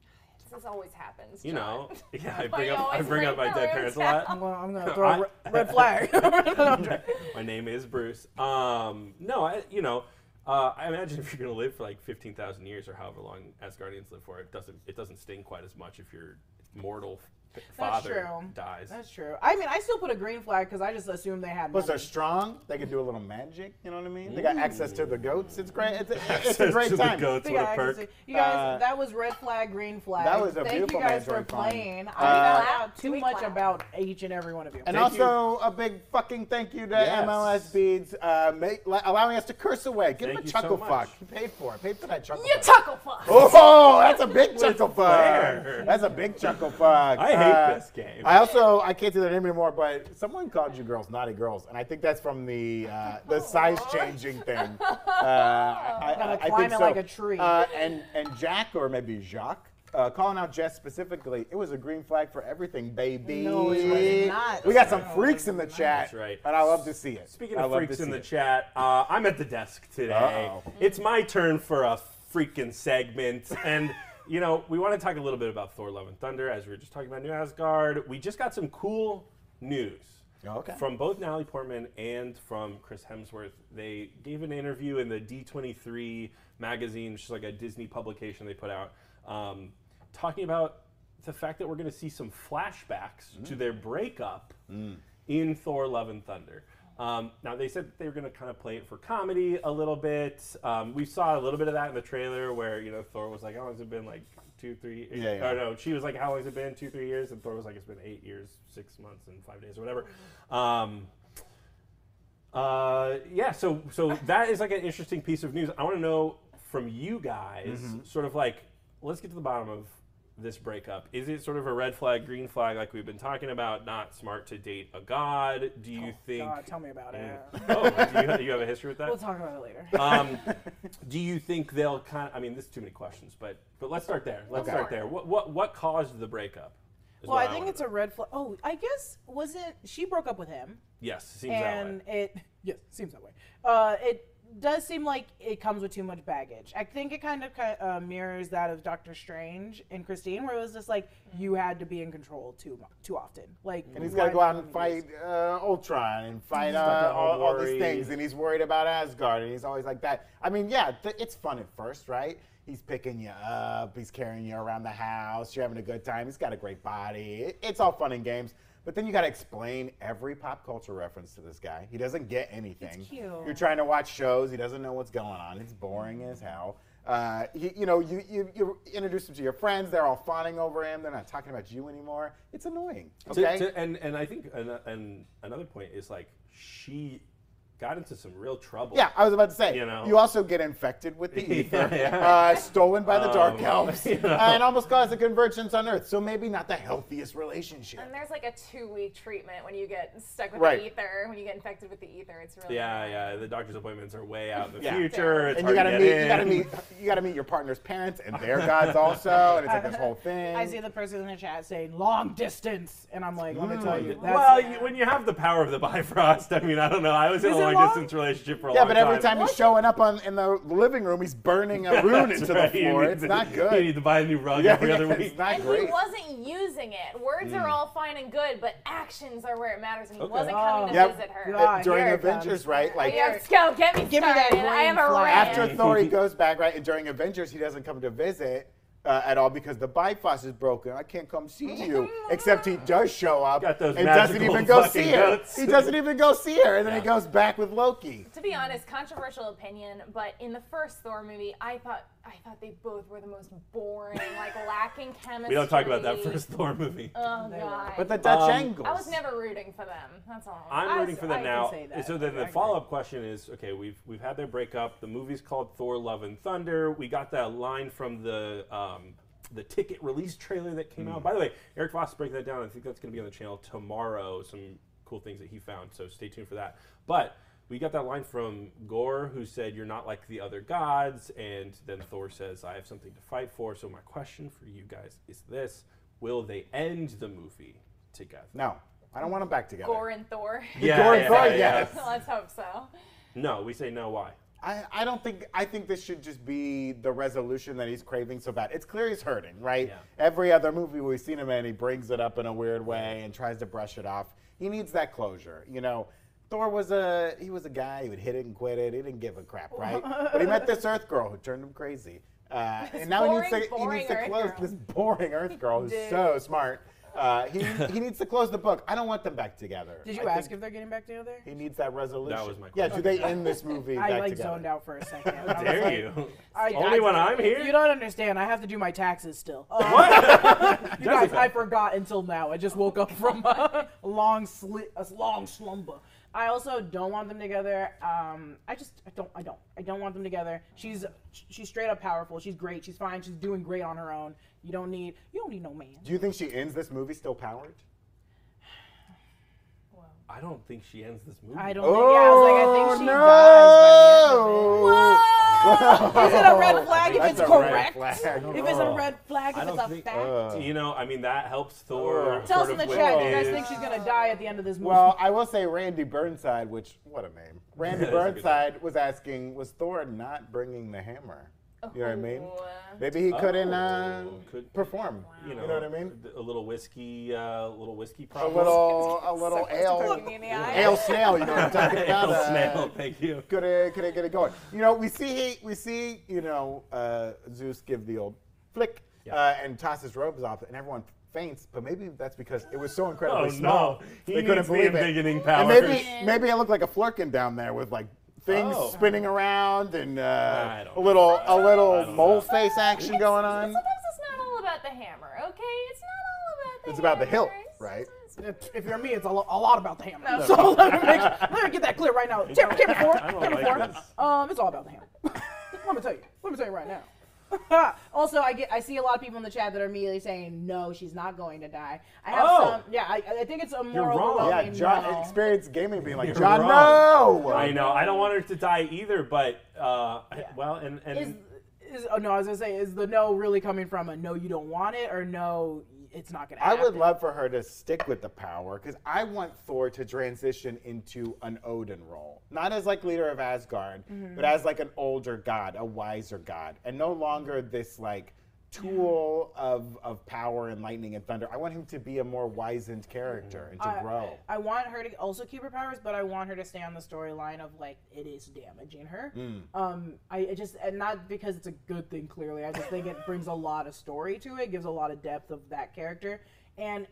This always happens. you John. know, *laughs* yeah, I Why bring you up I always bring up my bring dead those parents a out? lot. Well, I'm gonna throw a I- re- red flag. *laughs* No, I'm joking. *laughs* My name is Bruce. Um, no, I, you know, uh, I imagine *laughs* if you're going to live for like 15,000 years or however long Asgardians live for, it doesn't it doesn't sting quite as much if your mortal f- That's father true. dies. *laughs* That's true. I mean, I still put a green flag because I just assumed they had. Plus, they're money. strong. They can do a little magic. You know what I mean? They got access to the goats. It's great. It's, a- it's a Says great to the time. goats, They what a got access perk. to- You guys, Uh, that was red flag, green flag. that was a Thank beautiful you guys for Android fun. playing. I Uh, found out too we much clap. about each and every one of you. And Thank also a big fucking thank you to Yes. MLS Beads uh, make, la- allowing us to curse away. Give Thank him you a so chuckle much. fuck. He paid for it. Paid for that chuckle *laughs* You fuck. tuckle fuck. *laughs* Oh, that's a big chuckle fuck. flair. That's a big chuckle fuck. Uh, I hate Uh, this game. I also I can't do that anymore. But someone called you girls naughty girls, and I think that's from the uh, the size changing thing. Uh, I, I, Gotta I climb think it so. like a tree. Uh, and and Jack or maybe Jacques. Uh, calling out Jess specifically, it was a green flag for everything, baby. No, it was not. We got some No, it freaks in the chat, That's right. and I love to see it. Speaking I of love freaks to in see the it. chat, uh, I'm at the desk today. Uh-oh. It's my turn for a freaking segment, and you know, we want to talk a little bit about Thor: Love and Thunder as we were just talking about New Asgard. We just got some cool news Oh, Okay. from both Natalie Portman and from Chris Hemsworth. They gave an interview in the D23 magazine, which is like a Disney publication they put out, um, talking about the fact that we're going to see some flashbacks to their breakup Mm. in Thor: Love and Thunder. Um, now they said that they were going to kind of play it for comedy a little bit. Um, we saw a little bit of that in the trailer, where you know Thor was like, "How long has it been? Like two, three? Yeah, yeah. or no, she was like, "How long has it been? Two, three years?" And Thor was like, "It's been eight years, six months, and five days, or whatever." Um, uh, yeah, so so that is like an interesting piece of news. I want to know from you guys, sort of like, let's get to the bottom of this breakup. Is it sort of a red flag, green flag, like we've been talking about? Not smart to date a god. Do you think? God, tell me about it. *laughs* oh, do you, you have a history with that? We'll *laughs* talk about it later. Uh, um, *laughs* do you think they'll kind of? I mean, this is too many questions, but but let's start there. Let's start there. What what what caused the breakup? is well, what I think wanna it's a know. red flag. Oh, I guess was it? She broke up with him, yes. Seems and that way. it *laughs* yes seems that way. Uh, it does seem like it comes with too much baggage. I think it kind of ki- uh, mirrors that of Doctor Strange and Christine, where it was just like you had to be in control too mu- too often. Like And he's got to go out and fight uh, Ultron and fight uh, all all, all these worried. things, and he's worried about Asgard, and he's always like that. I mean, yeah, th- it's fun at first, right? He's picking you up, he's carrying you around the house, you're having a good time. He's got a great body. It- it's all fun and games. But then you got to explain every pop culture reference to this guy. He doesn't get anything. cute. You're trying to watch shows. He doesn't know what's going on. It's boring as hell. Uh, he, you know, you, you you introduce him to your friends. They're all fawning over him. They're not talking about you anymore. It's annoying. To- Okay. to- and and I think an, and another point is like she got into some real trouble. Yeah, I was about to say. You You, know? also get infected with the *laughs* Yeah, ether, yeah. Uh, stolen by the dark Um, elves, *laughs* you know. and almost caused a convergence on Earth. So maybe not the healthiest relationship. And there's like a two-week treatment when you get stuck with Right. the ether. When you get infected with the ether, it's really Yeah, yeah. The doctor's appointments are way out in the Yeah. future. It's And you hard gotta to meet, get you gotta in. meet, you gotta meet your partner's parents and their gods also, and it's like this whole thing. I see the person in the chat saying long distance, and I'm like, let me Mm. tell you, that's, well, you, when you have the power of the Bifrost, I mean, I don't know. I was in Is a it long, long? distance relationship for a yeah, long but time. every time he's showing up on in the living room, he's burning a rune That's into *laughs* right, the you floor. need It's to- not You good. need to buy a new rug Yeah, every other yeah, week. it's not And great. he wasn't using it. Words Mm. are all fine and good, but actions are where it matters. And he Okay. wasn't coming to Yep. visit her. Yeah. Uh, During Here it comes. Avengers, right? Like Yeah, let's go. Get me Give me that started. I green have a flag. rant. After Thor he goes back, right? And during Avengers, he doesn't come to visit uh, at all because the Bifrost is broken. I can't come see *laughs* you. Except he does show up Got those and doesn't magical even go fucking see her. notes. He doesn't even go see her, and then he Yeah. goes back with Loki. to be honest, controversial opinion, but in the first Thor movie, I thought I thought they both were the most boring, *laughs* like lacking chemistry. We don't talk about that first Thor movie. Oh god. But the Dutch Um, angles. I was never rooting for them. That's all. I'm I- rooting for I them can now. say that. And So then I the agree. follow-up question is: Okay, we've we've had their breakup. The movie's called Thor: Love and Thunder. We got that line from the um, the ticket release trailer that came out. By the way, Eric Voss is breaking that down. I think that's going to be on the channel tomorrow. Some cool things that he found. So stay tuned for that. But we got that line from Gore, who said, "You're not like the other gods." And then Thor says, "I have something to fight for." So my question for you guys is this: Will they end the movie together? No, I don't want them back together. Gore and *laughs* Thor. *laughs* Gore and Thor, yes. Let's hope so. No, we say no. *laughs* Why? I, I don't think I think this should just be the resolution that he's craving so bad. It's clear he's hurting, right? Yeah. Every other movie we've seen him in, he brings it up in a weird way and tries to brush it off. He needs that closure, you know. Thor was a he was a guy who would hit it and quit it. He didn't give a crap, right? but he met this Earth girl who turned him crazy, uh, and now he needs to he needs boring, boring to Earth close girl. this boring Earth girl who's Dude. so smart. Uh, he he needs to close the book. I don't want them back together. Did you I ask think if they're getting back together? He needs that resolution. That was my Yeah, do they end this movie *laughs* I back like together? zoned out for *laughs* a second. I was Dare like, you? *laughs* I- Only I- when I'm here. You don't understand. I have to do my taxes still. Uh, *laughs* you guys, Jessica. I forgot until now. I just woke up from a *laughs* long sli- a long slumber. I also don't want them together. Um, I just I don't I don't I don't want them together. She's she's straight up powerful. She's great. She's fine. She's doing great on her own. You don't need you don't need no man. Do you think she ends this movie still powered? I don't think she ends this movie. I don't. think, yeah, I was like I think she dies by the end of it. Oh, Is it a red flag if That's it's a red correct? flag. If it's a red flag, I if don't it's a think- fact. uh, Uh, You know, I mean, that helps Thor. Tell us sort in the of with chat. Do you guys his- think she's gonna die at the end of this movie? Well, I will say Randy Burnside, which what a name. Randy *laughs* That's a good Burnside was asking, was Thor not bringing the hammer? You Oh. know what I mean? Ooh. Maybe he couldn't uh, Oh, could- perform. You know, You know what I *laughs* mean? A little whiskey, uh, little whiskey A problem. little, a little ale, Looking me in the eye. ale snail. You know what I'm *laughs* talking about? Ale Uh, snail, thank you. Could it, could it get it going? You know, we see he, we see you know uh, Zeus give the old flick Yeah. uh, and toss his robes off, and everyone faints. But maybe that's because it was so incredibly Oh, no. small He they couldn't needs the believe it. invigorating And powers. maybe maybe I looked like a flurkin down there with like things Oh. spinning around and uh, I don't a little a I little don't mole know. face action going on. Sometimes it's not all about the hammer, okay? It's not all about the It's about the hilt, hammer. It's- right? it's- If, if you're me, it's a, lo- a lot about the hammer. So let me, make, let me get that *laughs* clear right now. Camera, camera four, I don't camera like four. this. Um, it's all about the hammer. *laughs* let me tell you. Let me tell you right now. *laughs* also, I get I see a lot of people in the chat that are immediately saying, "No, she's not going to die." I have Oh. some. Yeah, I, I think it's a more wrong. overwhelming uh, Yeah, John no. experienced gaming being like You're John. wrong. No, I know. I don't want her to die either, but uh, I- well, and and Is, is oh no, I was gonna say, is the no really coming from a no, you don't want it, or no, it's not gonna I happen? would love for her to stick with the power because I want Thor to transition into an Odin role, not as like leader of Asgard, but as like an older god, a wiser god, and no longer this like tool of of power and lightning and thunder. I want him to be a more wizened character and to I- grow. I want her to also keep her powers, but I want her to stay on the storyline of like it is damaging her. Um, I it just and not because it's a good thing. Clearly, I just think it brings a lot of story to it, gives a lot of depth of that character, and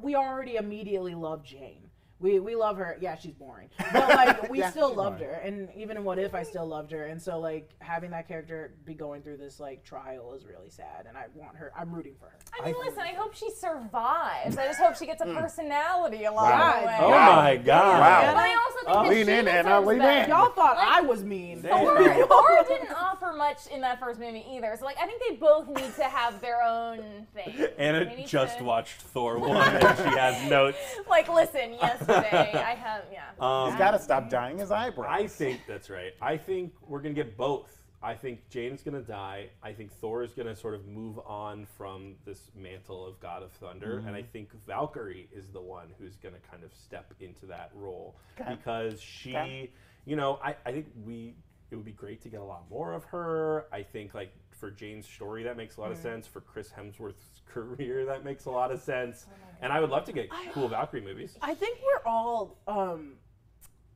we already immediately love Jane. We, we love her. Yeah, she's boring, but like *laughs* we Yeah, still she's loved boring. her, and even in What If, I still loved her, and so like having that character be going through this like trial is really sad, and I want her. I'm rooting for her. I mean, listen, I hope she survives. I just hope she gets Hmm. a personality along Wow. the way. oh Wow. my god! Wow. But I also think Oh. that Lean she in, Anna, deserves lean better. in. Y'all thought I was mean. *laughs* Thor, *laughs* Thor didn't offer much in that first movie either. So like, I think they both need to have their own thing. They *laughs* Anna need just to- watched Thor one, and she has notes. Like, listen, *laughs* yesterday I have yeah. Um, He's got to stop dyeing his eyebrows. I think *laughs* that's right. I think we're gonna get both. I think Jane's gonna die. I think Thor is gonna sort of move on from this mantle of God of Thunder, and I think Valkyrie is the one who's gonna kind of step into that role because she, you know, I, I think we it would be great to get a lot more of her. I think like for Jane's story that makes a lot of sense. For Chris Hemsworth's *laughs* career that makes a lot of sense. and I would love to get cool Valkyrie movies. I think we're all um,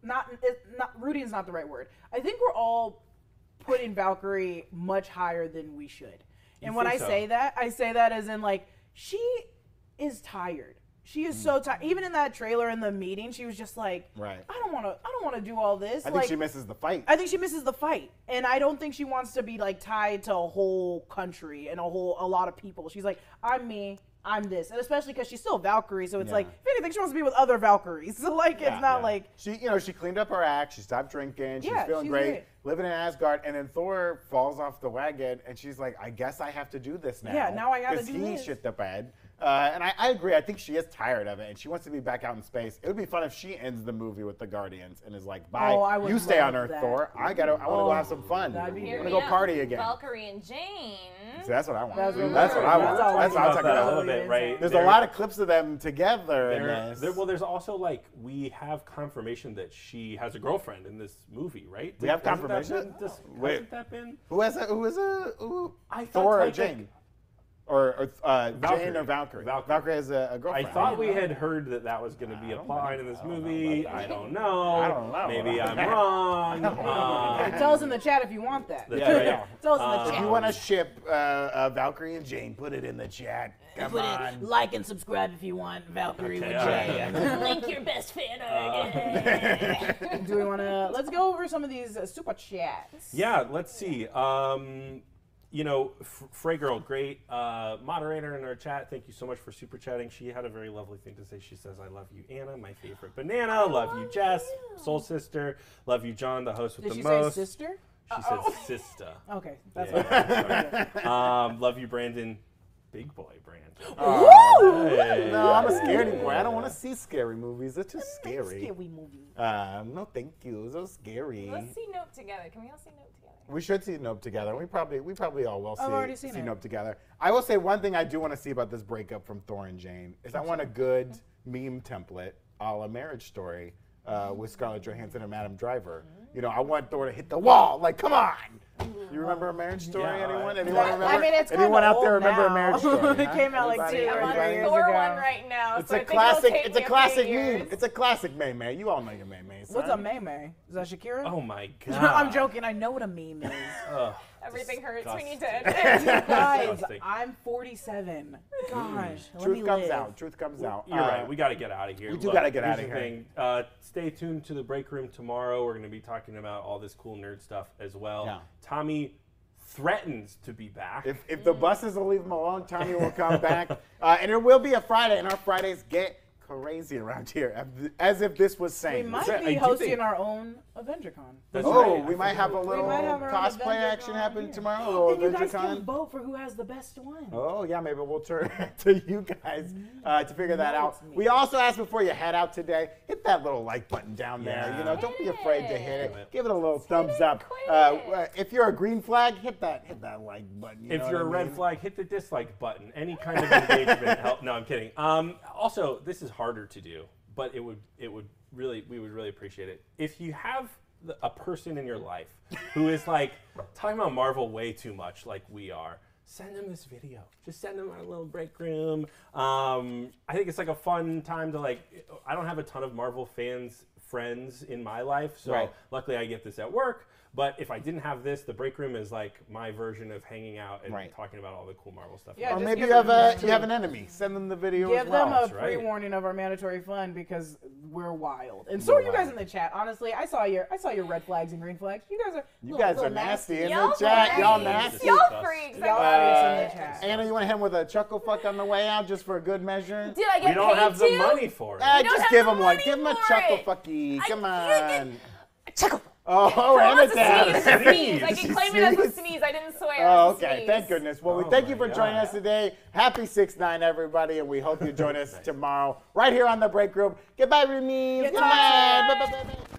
not it, not rooting's not the right word. I think we're all putting Valkyrie much higher than we should. And when I think so? say that, I say that as in like she is tired. She is so tired. Even in that trailer in the meeting, she was just like, Right. I don't want to. I don't want to do all this." I think like, she misses the fight. I think she misses the fight, and I don't think she wants to be like tied to a whole country and a whole a lot of people. She's like, I'm me, I'm this, and especially because she's still Valkyrie, so it's Yeah. like if anything, she wants to be with other Valkyries. *laughs* So like, Yeah, it's not yeah. like She, you know, she cleaned up her act. She stopped drinking. She's Yeah, feeling she's great, great. living in Asgard. And then Thor falls off the wagon, and she's like, "I guess I have to do this now." Yeah, now I gotta 'cause do he this. shit the bed. Uh, and I, I agree. I think she is tired of it, and she wants to be back out in space. It would be fun if she ends the movie with the Guardians and is like, "Bye, Oh, I would you stay on love Earth, that. Oh, Thor. I gotta, I want to go have some fun. that'd be I'm Here gonna we go are. party again." Valkyrie and Jane. *laughs* See, that's what I want. That's, That's what what we I want. want. That's all we That's what I'm want. talking that a about. little bit, right? There's a There- lot of clips of them together in There, this. there- well, there's also like we have confirmation that she has a girlfriend in this movie, right? We have Hasn't that confirmation? been dis- Wait. hasn't that been? Who has a who is a who? I thought Thor or Titan- Jane, or, or uh, Jane Valkyrie. or Valkyrie. Valkyrie. has a, a I girlfriend. thought we had heard that that was going to be a plot line in this movie. I don't know. I don't know. Maybe *laughs* I'm wrong. Um, tell us in the chat if you want that. that's Yeah, right. yeah. *laughs* Uh, Tell us in the If chat. you want to ship uh, uh, Valkyrie and Jane, put it in the chat. Come Put on. it, like and subscribe if you want Valkyrie. Okay, with all right. Jay. Link your best fan Uh, art. *laughs* Do we want to? Let's go over some of these uh, super chats. Yeah, let's see. Um, you know, F- Frey Girl, great uh, moderator in our chat. Thank you so much for super chatting. She had a very lovely thing to say. She says, I love you, Anna, my favorite banana. love, you, Jess, soul sister. Love you, John, the host with Did the she most. say sister? She says sister. Okay, that's Yeah, what. yeah, sorry. um, love you, Brandon. Big boy, *laughs* Brandon. Hey. *laughs* No, I'm a scaredy boy. I don't want to see scary movies. They're too scary. Scary movie. Um, no, thank you. So scary. Let's see Nope together. Can we all see Nope together? We should see Nope together. We probably we probably all will see, Oh, already seen see it. Nope together. I will say one thing I do want to see about this breakup from Thor and Jane is I want a good meme template a la Marriage Story Mm-hmm. uh, with Scarlett Johansson and Madame Driver. You know, I want Thor to hit the wall. Like, come on. You remember a marriage story? Yeah, anyone? I- Anyone I remember? mean, it's anyone kinda out there old remember a now. *laughs* marriage story? It huh? came out, like, Anybody? two or I'm Anybody? three on years Thor ago. one right now. It's so a I think it'll classic. take It's a me few classic meme. years. It's a classic meme, man. You all know your meme, man. What's a son. meme? May? Is that Shakira? *laughs* Oh my god. I'm joking. I know what a *laughs* meme is. Everything hurts. We *laughs* need to Disgusting. end it. Guys, Disgusting. I'm 47. Gosh, let me Truth comes live. out. Truth comes out. You're Uh, right. We got to get out of here. we do Look, gotta get here's outta the here. thing. Uh, stay tuned to the break room tomorrow. We're going to be talking about all this cool nerd stuff as well. Yeah. Tommy threatens to be back. If, if the buses will leave them alone, Tommy will come *laughs* back. Uh, and there will be a Friday, and our Fridays get crazy around here, as- as if this was We sane. might Right, I be do hosting think- our own AvengerCon. That's oh, right. we I might have a forgot. little might have our own cosplay Avenger action con happen here. tomorrow, a little and you guys can AdventureCon. vote for who has the best one. Oh, yeah, maybe we'll turn *laughs* it to you guys uh, to figure that out. We also asked before you head out today, hit that little like button down there. Yeah. You know, don't be afraid to hit Hit it. it. Give it a little thumbs it up. quick. Uh, uh, if you're a green flag, hit that hit that like button. you If know what you're I a red mean? flag, hit the dislike button. Any kind of engagement help. No, I'm kidding. Um, also, this is harder to do, but it would it would really we would really appreciate it if you have the, a person in your life who is like talking about Marvel way too much, like we are. Send them this video. Just send them our little break room. Um, I think it's like a fun time to like. I don't have a ton of Marvel fans friends in my life, so Right. luckily I get this at work. But if I didn't have this, the break room is like my version of hanging out and Right. talking about all the cool Marvel stuff. Yeah, Or just maybe give you have them a those you have an enemy. Send them the video Give as well. them a That's right. pre-warning of our mandatory fund because we're wild, and so are you guys in the chat. Honestly, I saw your I saw your red flags and green flags. You guys are You little- guys little are nasty in *laughs* Y'all the chat. Y'all freaks. nasty. Y'all Y'all freaks. I Y'all love freaks it. in the chat. Anna, you want to hit him with a chuckle fuck on the way out just for a good measure? Did I get We don't paid have the too? money for it. Eh, We don't just have give the him one. money Give him a for chuckle it. fucky. I Come can't on. Chuckle. Oh, Anna That's down. *laughs* a sneeze. I She can claim it as a sneezed. sneeze. I didn't swear. Oh, It was a okay. sneeze. Thank goodness. Well, we Oh thank you my for joining God. us today. Happy 6 9 everybody, and we hope you join us tomorrow right here on The Break Room. Goodbye, Remy. Goodbye. Bye, bye, bye, bye.